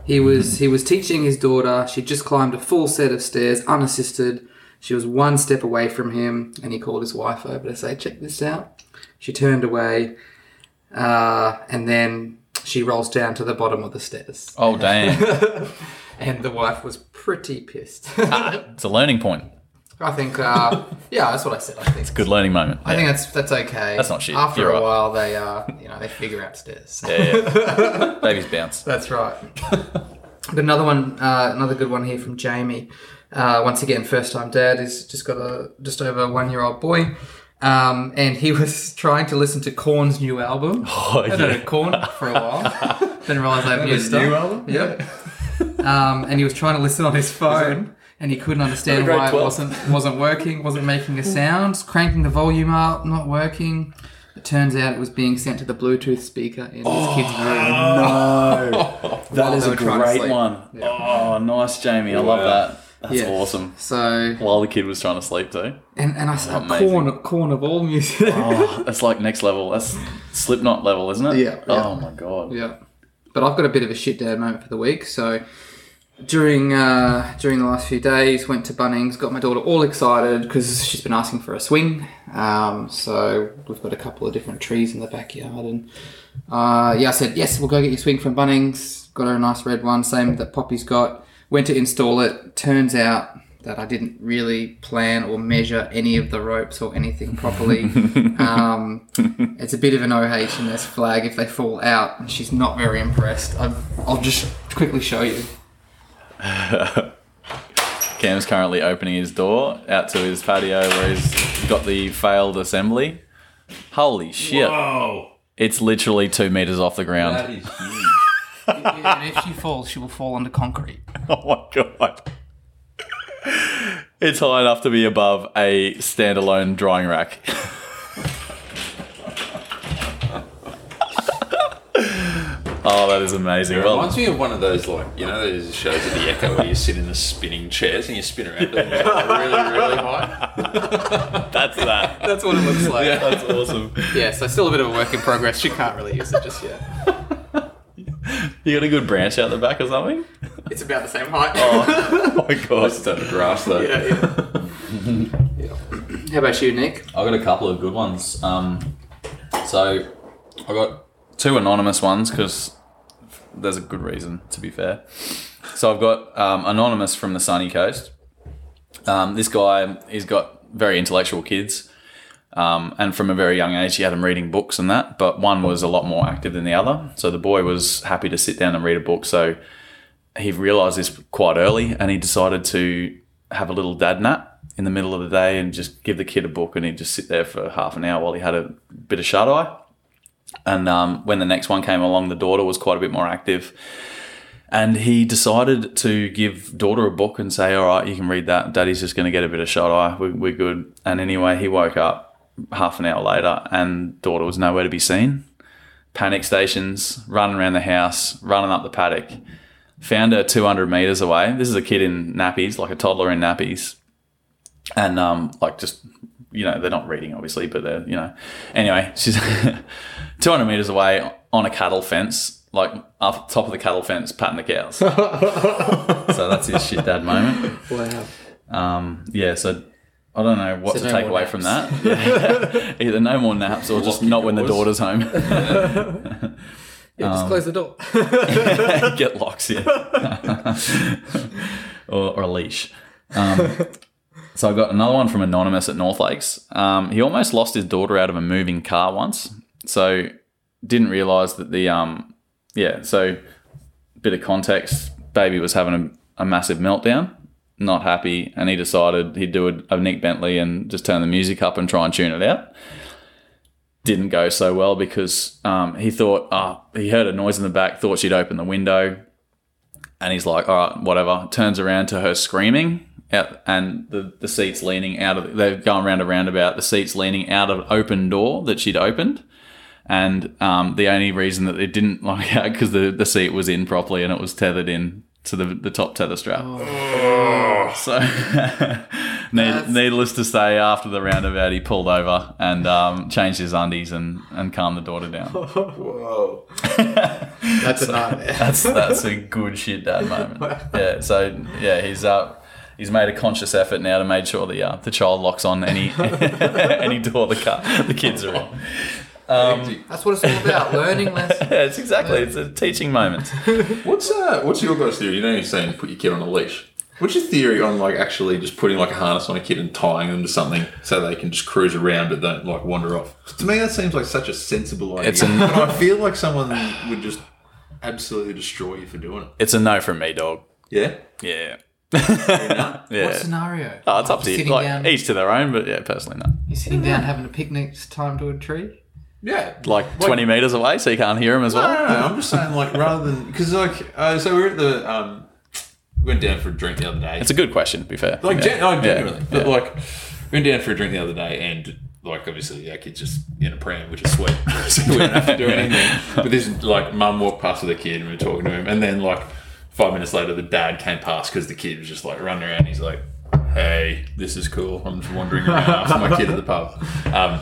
Speaker 3: he was he was teaching his daughter. She just climbed a full set of stairs unassisted. She was one step away from him, and he called his wife over to say, "Check this out." She turned away, uh, and then she rolls down to the bottom of the stairs.
Speaker 1: Oh damn,
Speaker 3: And the wife was pretty pissed.
Speaker 1: it's a learning point.
Speaker 3: I think, uh, yeah, that's what I said. I think.
Speaker 1: Good learning moment.
Speaker 3: I think that's that's okay.
Speaker 1: That's not shit.
Speaker 3: After
Speaker 1: You're
Speaker 3: a
Speaker 1: right.
Speaker 3: while, they uh, you know they figure out stairs.
Speaker 1: Yeah, yeah. babies bounce.
Speaker 3: That's right. Got another one, uh, another good one here from Jamie. Uh, once again, first time dad is just got a just over one year old boy, um, and he was trying to listen to Korn's new album.
Speaker 1: Oh,
Speaker 3: I don't
Speaker 1: yeah.
Speaker 3: know Korn for a while. Didn't realize they have new stuff.
Speaker 2: album?
Speaker 3: Yep. um, and he was trying to listen on his phone, and he couldn't understand
Speaker 1: Grade
Speaker 3: why it
Speaker 1: 12.
Speaker 3: wasn't wasn't working, wasn't making a sound, cranking the volume up, not working. It turns out it was being sent to the Bluetooth speaker in his kid's room.
Speaker 1: No, that is
Speaker 3: they
Speaker 1: a
Speaker 3: were trying to
Speaker 1: great
Speaker 3: sleep.
Speaker 1: one. Oh, nice, Jamie. I love
Speaker 2: Yeah.
Speaker 1: that. That's
Speaker 3: Yeah.
Speaker 1: awesome.
Speaker 3: So
Speaker 1: While the kid was trying to sleep too.
Speaker 3: and and I said
Speaker 1: Amazing.
Speaker 3: corn corn of all music.
Speaker 1: Oh, that's like next level. That's Slipknot level, isn't it?
Speaker 3: Yeah, yeah.
Speaker 1: Oh my god.
Speaker 3: Yeah, but I've got a bit of a shit dad moment for the week. So during uh, during the last few days, went to Bunnings, got my daughter all excited because she's been asking for a swing. Um, so we've got a couple of different trees in the backyard, and uh, yeah, I said yes, we'll go get your swing from Bunnings. Got her a nice red one, same that Poppy's got. Went to install it. Turns out that I didn't really plan or measure any of the ropes or anything properly. um, it's a bit of an OHS flag if they fall out, and she's not very impressed. I've, I'll just quickly show you.
Speaker 1: Cam's currently opening his door out to his patio where he's got the failed assembly. Holy shit.
Speaker 2: Whoa.
Speaker 1: It's literally two meters off the ground.
Speaker 2: That is huge.
Speaker 3: and if she falls, she will fall onto concrete.
Speaker 1: Oh my god. It's high enough to be above a standalone drying rack. oh, that is amazing.
Speaker 2: It
Speaker 1: Well,
Speaker 2: reminds me of one of those, like, you know, those shows at the Echo where you sit in the spinning chairs and you spin around really, really high.
Speaker 1: that's that.
Speaker 3: That's what it looks like. Yeah.
Speaker 1: That's awesome.
Speaker 3: so still a bit of a work in progress. She can't really use it just yet.
Speaker 1: You got a good branch out the back or something?
Speaker 3: It's about the same height.
Speaker 1: Oh my god.
Speaker 2: It's out of grass, though.
Speaker 3: Yeah, yeah. How about you, Nick?
Speaker 1: I got a couple of good ones. Um, so I got two anonymous ones because there's a good reason. To be fair, so I've got um, anonymous from the sunny coast. Um, this guy, he's got very intellectual kids, um, and from a very young age, he had them reading books and that. But one was a lot more active than the other. So the boy was happy to sit down and read a book. So he realized this quite early and he decided to have a little dad nap in the middle of the day and just give the kid a book and he'd just sit there for half an hour while he had a bit of shut eye. And um, when the next one came along, the daughter was quite a bit more active. And he decided to give daughter a book and say, All right, you can read that. Daddy's just going to get a bit of shut eye. We're, we're good. And anyway, he woke up half an hour later and daughter was nowhere to be seen. Panic stations, running around the house, running up the paddock found her 200 meters away. This is a kid in nappies, like a toddler in nappies. And, um, like, just, you know, they're not reading, obviously, but they're, you know. Anyway, she's 200 meters away on a cattle fence, like, up top of the cattle fence, patting the cows. so that's his shit dad moment.
Speaker 3: Wow.
Speaker 1: Um, yeah, so. I don't know what
Speaker 3: So
Speaker 1: to
Speaker 3: no
Speaker 1: take
Speaker 3: more
Speaker 1: away from that. Either no more naps or just not when the daughter's home.
Speaker 3: Yeah, just close the door.
Speaker 1: get locks in or, or a leash um, so i've got another one from anonymous at north lakes um, he almost lost his daughter out of a moving car once so didn't realize that the um, yeah so bit of context baby was having a, a massive meltdown not happy and he decided he'd do a, a nick bentley and just turn the music up and try and tune it out didn't go so well because um, he thought ah he heard a noise in the back, thought she'd open the window, and he's like, all right, whatever. Turns around to her screaming, out, and the, the seat's leaning out of they're going round a roundabout. The seat's leaning out of an open door that she'd opened, and um, the only reason that it didn't like out because the the seat was in properly and it was tethered in to the the top tether strap. So, need, needless to say, after the roundabout, he pulled over and um, changed his undies and, and calmed the daughter down.
Speaker 2: Whoa.
Speaker 3: That's a nightmare.
Speaker 1: That's that's a good shit dad moment. Yeah. So yeah, he's Uh, He's made a conscious effort now to make sure the uh, the child locks on any any door the car the kids are on. Um,
Speaker 3: That's what it's all about, learning lessons.
Speaker 1: yeah, it's exactly it's a teaching moment.
Speaker 2: What's uh, what's your guys' theory? You know, you're saying put your kid on a leash. What's your theory on like actually just putting like a harness on a kid and tying them to something so they can just cruise around but don't like wander off? To me, that seems like such a sensible idea.
Speaker 1: It's an-
Speaker 2: but I feel like someone would just absolutely destroy you for doing it.
Speaker 1: It's a no from me, dog.
Speaker 2: Yeah.
Speaker 1: Yeah,
Speaker 3: What
Speaker 1: yeah.
Speaker 3: scenario?
Speaker 1: Oh, it's up to
Speaker 3: You're
Speaker 1: you.
Speaker 3: Sitting
Speaker 1: Like
Speaker 3: down,
Speaker 1: each to their own, but yeah, personally no.
Speaker 3: you're sitting down having a picnic, just time to a tree.
Speaker 2: Yeah.
Speaker 1: Like twenty meters away,
Speaker 2: Ah.
Speaker 1: so you can't hear him as well.
Speaker 2: No, no, no. I'm just saying, like, rather than because, like, uh, so we were at the um, went down for a drink the other day.
Speaker 1: It's a good question, to be fair.
Speaker 2: like,
Speaker 1: yeah.
Speaker 2: gen- no, genuinely,
Speaker 1: Yeah.
Speaker 2: but
Speaker 1: Yeah.
Speaker 2: like, went down for a drink the other day, and like, obviously, our kid's just in a pram, which is sweet, so we don't have to do
Speaker 1: Yeah.
Speaker 2: anything. But this like, mum walked past with the kid, and we were talking to him, and then like, five minutes later, the dad came past because the kid was just like running around. He's like, "Hey, this is cool. I'm just wandering around after my kid at the pub." Um,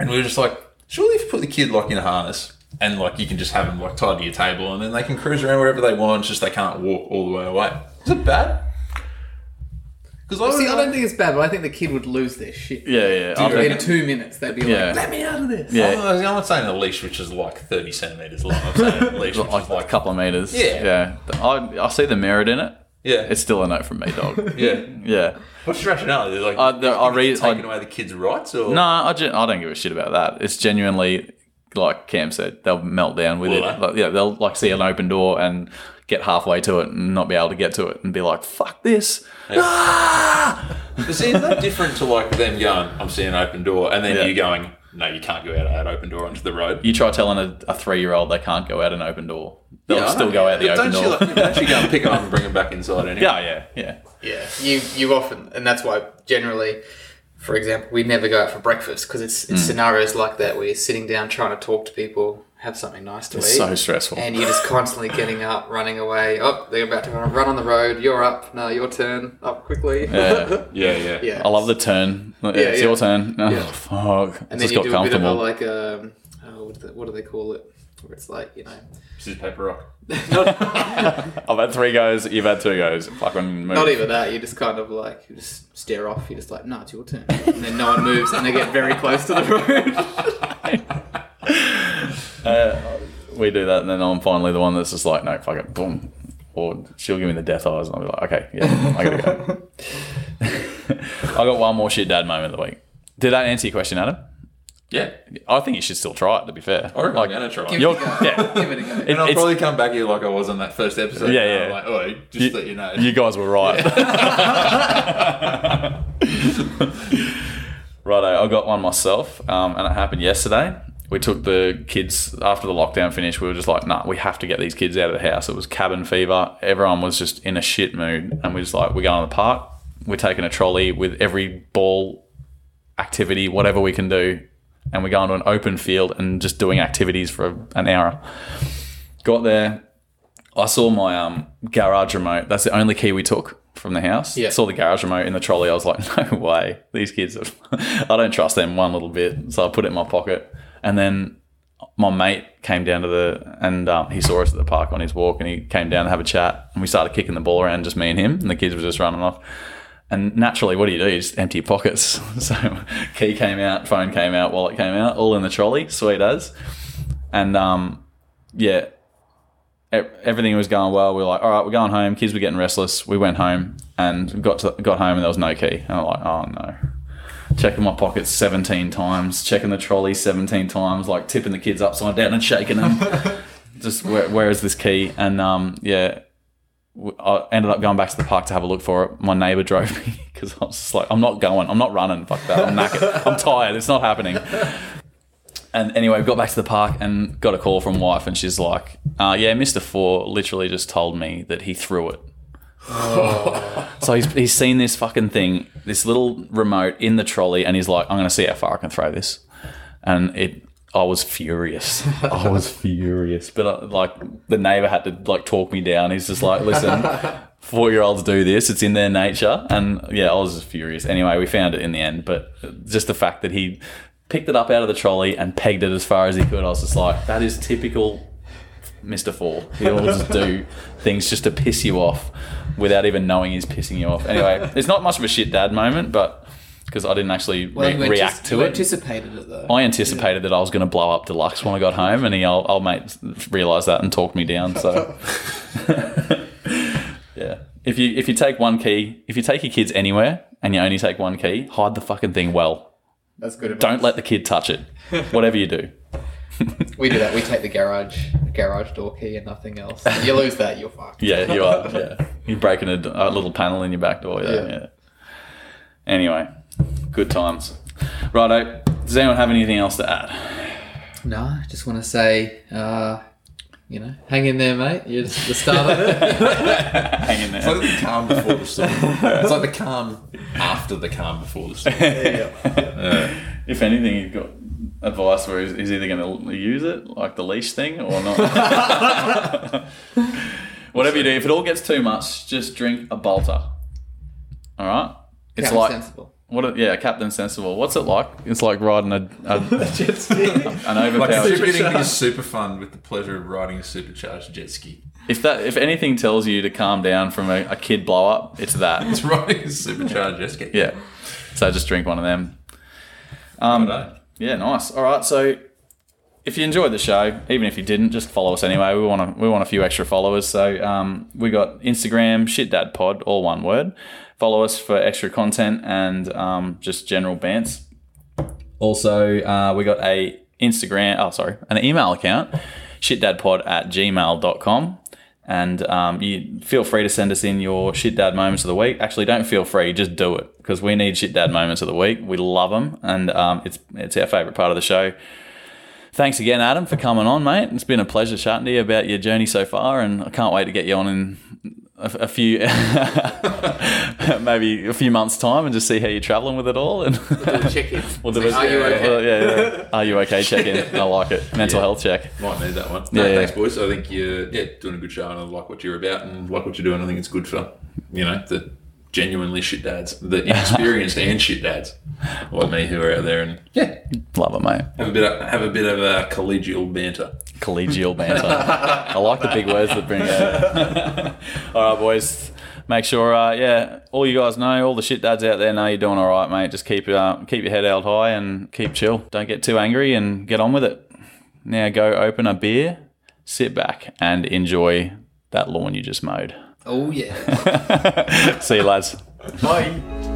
Speaker 2: and we were just like, surely if you put the kid like in a harness and like you can just have them like tied to your table and then they can cruise around wherever they want, it's just they can't walk all the way away. Is it bad? Because
Speaker 3: See, I don't think it's bad, but I think the kid would lose their shit.
Speaker 1: Yeah, yeah. I
Speaker 3: In
Speaker 1: reckon-
Speaker 3: two minutes, they'd be
Speaker 1: Yeah.
Speaker 3: like, "Let me out of this."
Speaker 1: Yeah.
Speaker 2: I'm not saying a leash which is like 30 centimeters long. I'm saying a leash which is
Speaker 1: like a
Speaker 2: like,
Speaker 1: couple of meters.
Speaker 2: Yeah.
Speaker 1: yeah. I, I see the merit in it.
Speaker 2: yeah,
Speaker 1: It's still a note from me, dog.
Speaker 2: yeah.
Speaker 1: yeah.
Speaker 2: What's your rationale? They're like,
Speaker 1: Uh, there- I read-
Speaker 2: it's taking
Speaker 1: I-
Speaker 2: away the kids' rights or
Speaker 1: No, I, gen- I don't give a shit about that. It's genuinely like Cam said, they'll melt down with
Speaker 2: Will
Speaker 1: it.
Speaker 2: they?
Speaker 1: Like, yeah, they'll like see an open door and get halfway to it and not be able to get to it and be like, "Fuck this!" Ah!
Speaker 2: But see, it's no different to like them going, I'm seeing an open door, and then
Speaker 1: Yeah.
Speaker 2: you going, no, you can't go out of that open door onto the road.
Speaker 1: You try telling a, a three-year-old they can't go out an open door; they'll
Speaker 2: Yeah, I
Speaker 1: still
Speaker 2: know.
Speaker 1: go out the
Speaker 2: But
Speaker 1: open
Speaker 2: don't
Speaker 1: door.
Speaker 2: You, like, don't you go and pick them up and bring them back inside anyway?
Speaker 1: yeah, yeah, yeah.
Speaker 3: Yeah, you you often, and that's why generally, for example, we never go out for breakfast because it's,
Speaker 1: Mm.
Speaker 3: it's scenarios like that where you're sitting down trying to talk to people, have something nice to
Speaker 1: It's
Speaker 3: eat,
Speaker 1: so stressful.
Speaker 3: and you're just constantly getting up, running away. Oh, they're about to run, run on the road. You're up. No, your turn. Up quickly.
Speaker 1: Yeah.
Speaker 2: Yeah, yeah.
Speaker 3: Yeah.
Speaker 1: I love the turn. it's
Speaker 3: yeah.
Speaker 1: your turn. Oh,
Speaker 3: Yeah.
Speaker 1: fuck!
Speaker 3: And then
Speaker 1: just
Speaker 3: you
Speaker 1: got
Speaker 3: do a bit of a
Speaker 1: comfortable.
Speaker 3: like um, oh, what, do they, what do they call it? Where it's like you know,
Speaker 2: Scissors, paper, rock.
Speaker 1: I've had three goes. You've had two goes. Fucking move.
Speaker 3: not even that. You just kind of like you just stare off. You're just like, no, it's your turn. And then no one moves, and they get very close to the road.
Speaker 1: Uh, we do that, and then I'm finally the one that's just like, no, fuck it, boom. Or she'll give me the death eyes, and I'll be like, okay, yeah, I gotta go. I got one more shit dad moment of the week. Did that answer your question, Adam?
Speaker 2: Yeah.
Speaker 1: I think you should still try it. To be fair,
Speaker 2: I reckon
Speaker 1: like,
Speaker 2: I'm going to try.
Speaker 3: Give
Speaker 2: it.
Speaker 1: You're-
Speaker 3: it a go.
Speaker 1: yeah.
Speaker 3: Give it a go.
Speaker 2: and I'll
Speaker 1: it's-
Speaker 2: probably come back here like I was on that first episode.
Speaker 1: Yeah,
Speaker 2: and
Speaker 1: yeah.
Speaker 2: I'm Like, oh, just let you know.
Speaker 1: you guys were right. Righto, I got one myself, um, and it happened yesterday. We took the kids after the lockdown finished. We were just like, nah, we have to get these kids out of the house. It was cabin fever. Everyone was just in a shit mood, and we just like, we're going to the park. We're taking a trolley with every ball activity, whatever we can do, and we're going to an open field and just doing activities for an hour. Got there, I saw my um, garage remote. That's the only key we took from the house.
Speaker 3: Yeah.
Speaker 1: Saw the garage remote in the trolley. I was like, no way. These kids, are, I don't trust them one little bit. So I put it in my pocket. And then my mate came down to the, and um, he saw us at the park on his walk and he came down to have a chat. And we started kicking the ball around, just me and him. And the kids were just running off. And naturally, what do you do? You just empty your pockets. So key came out, phone came out, wallet came out, all in the trolley, sweet as. And um, yeah, e- everything was going well. We were like, all right, we're going home. Kids were getting restless. We went home and got to, got home and there was no key. And I'm like, oh no. Checking my pockets 17 times, checking the trolley 17 times, like tipping the kids upside down and shaking them. Just where, where is this key? And um, yeah, w- I ended up going back to the park to have a look for it. My neighbour drove me because I was just like, I'm not going. I'm not running. Fuck that. I'm knackered. I'm tired. It's not happening. And anyway, got back to the park and got a call from wife, and she's like, uh, "Yeah, Mister Four literally just told me that he threw it." so he's, he's seen this fucking thing, this little remote in the trolley, and he's like, "I'm going to see how far I can throw this." And it, I was furious. I was furious, but I, like the neighbor had to like talk me down. He's just like, "Listen." Four year olds do this, it's in their nature. And yeah, I was just furious. Anyway, we found it in the end, but just the fact that he picked it up out of the trolley and pegged it as far as he could. I was just like, that is typical Mr. Four. He'll just do things just to piss you off without even knowing he's pissing you off. Anyway, it's not much of a shit dad moment, but because I didn't actually re-
Speaker 3: you antici-
Speaker 1: react to
Speaker 3: you
Speaker 1: it.
Speaker 3: Anticipated it though.
Speaker 1: I anticipated that I was going to blow up Deluxe when I got home, and he, old, old mate, realised that and talked me down. So, yeah. If you if you take one key, if you take your kids anywhere and you only take one key, hide the fucking thing well.
Speaker 3: That's good. Advice.
Speaker 1: Don't let the kid touch it. Whatever you do.
Speaker 3: We do that. We take the garage garage door key and nothing else. You lose that, you're fucked.
Speaker 1: Yeah, you are. Yeah, you're breaking a, a little panel in your back door. Yeah.
Speaker 3: Yeah.
Speaker 1: yeah. Anyway, good times. Righto. Does anyone have anything else to add?
Speaker 3: No, I just want to say uh, you know, hang in there, mate. You're just the start of it.
Speaker 1: Hang in
Speaker 2: It's like
Speaker 1: there.
Speaker 2: the calm before the storm. It's like the calm after the calm before the storm.
Speaker 1: If anything, you've got advice where he's, he's either going to use it, like the leash thing, or not. Whatever you do, if it all gets too much, just drink a Balta. All right. It's
Speaker 3: Sounds
Speaker 1: like
Speaker 3: sensible.
Speaker 1: what? A, yeah, Captain Sensible. What's it like? It's like riding a, a
Speaker 4: Jet ski.
Speaker 1: an overpowered.
Speaker 4: super
Speaker 2: getting
Speaker 4: charged.
Speaker 2: is super fun with the pleasure of riding a supercharged jet ski.
Speaker 1: if that, if anything tells you to calm down from a, a kid blow up, it's that.
Speaker 2: It's riding a supercharged jet ski.
Speaker 1: Yeah. So just drink one of them.
Speaker 2: Um, Righto.
Speaker 1: Yeah, nice. All right, so if you enjoyed the show, even if you didn't, just follow us anyway. We want to, we want a few extra followers. So um, we got Instagram shit dad pod, all one word. Follow us for extra content and um, just general bants. Also, uh, we got a Instagram, oh sorry, an email account, shitdadpod at gmail.com. And um, you feel free to send us in your shit dad moments of the week. Actually, don't feel free; just do it because we need shit dad moments of the week. We love them, and um, it's it's our favorite part of the show. Thanks again, Adam, for coming on, mate. It's been a pleasure chatting to you about your journey so far, and I can't wait to get you on in a, a few, maybe a few months' time, and just see how you're traveling with it all. And
Speaker 3: Check in.
Speaker 1: We'll do it.
Speaker 3: Are you okay?
Speaker 1: Uh, yeah, yeah. Are you okay? Check in. I like it. Mental health check.
Speaker 2: Might need that one. No,
Speaker 1: Yeah.
Speaker 2: thanks, boys. I think you're yeah, doing a good show, and I like what you're about, and like what you're doing. I think it's good for you know the genuinely shit dads, the inexperienced and shit dads, like me who are out there and yeah,
Speaker 1: Love it, mate.
Speaker 2: have a bit of, have a bit of a collegial banter.
Speaker 1: Collegial banter. I like the big words that bring it. out. all right, boys. Make sure, uh, yeah, all you guys know, all the shit dads out there know you're doing all right, mate. Just keep uh, keep your head held high and keep chill. Don't get too angry and get on with it. Now go open a beer, sit back, and enjoy that lawn you just mowed.
Speaker 3: Oh yeah.
Speaker 1: See you, lads.
Speaker 4: Bye.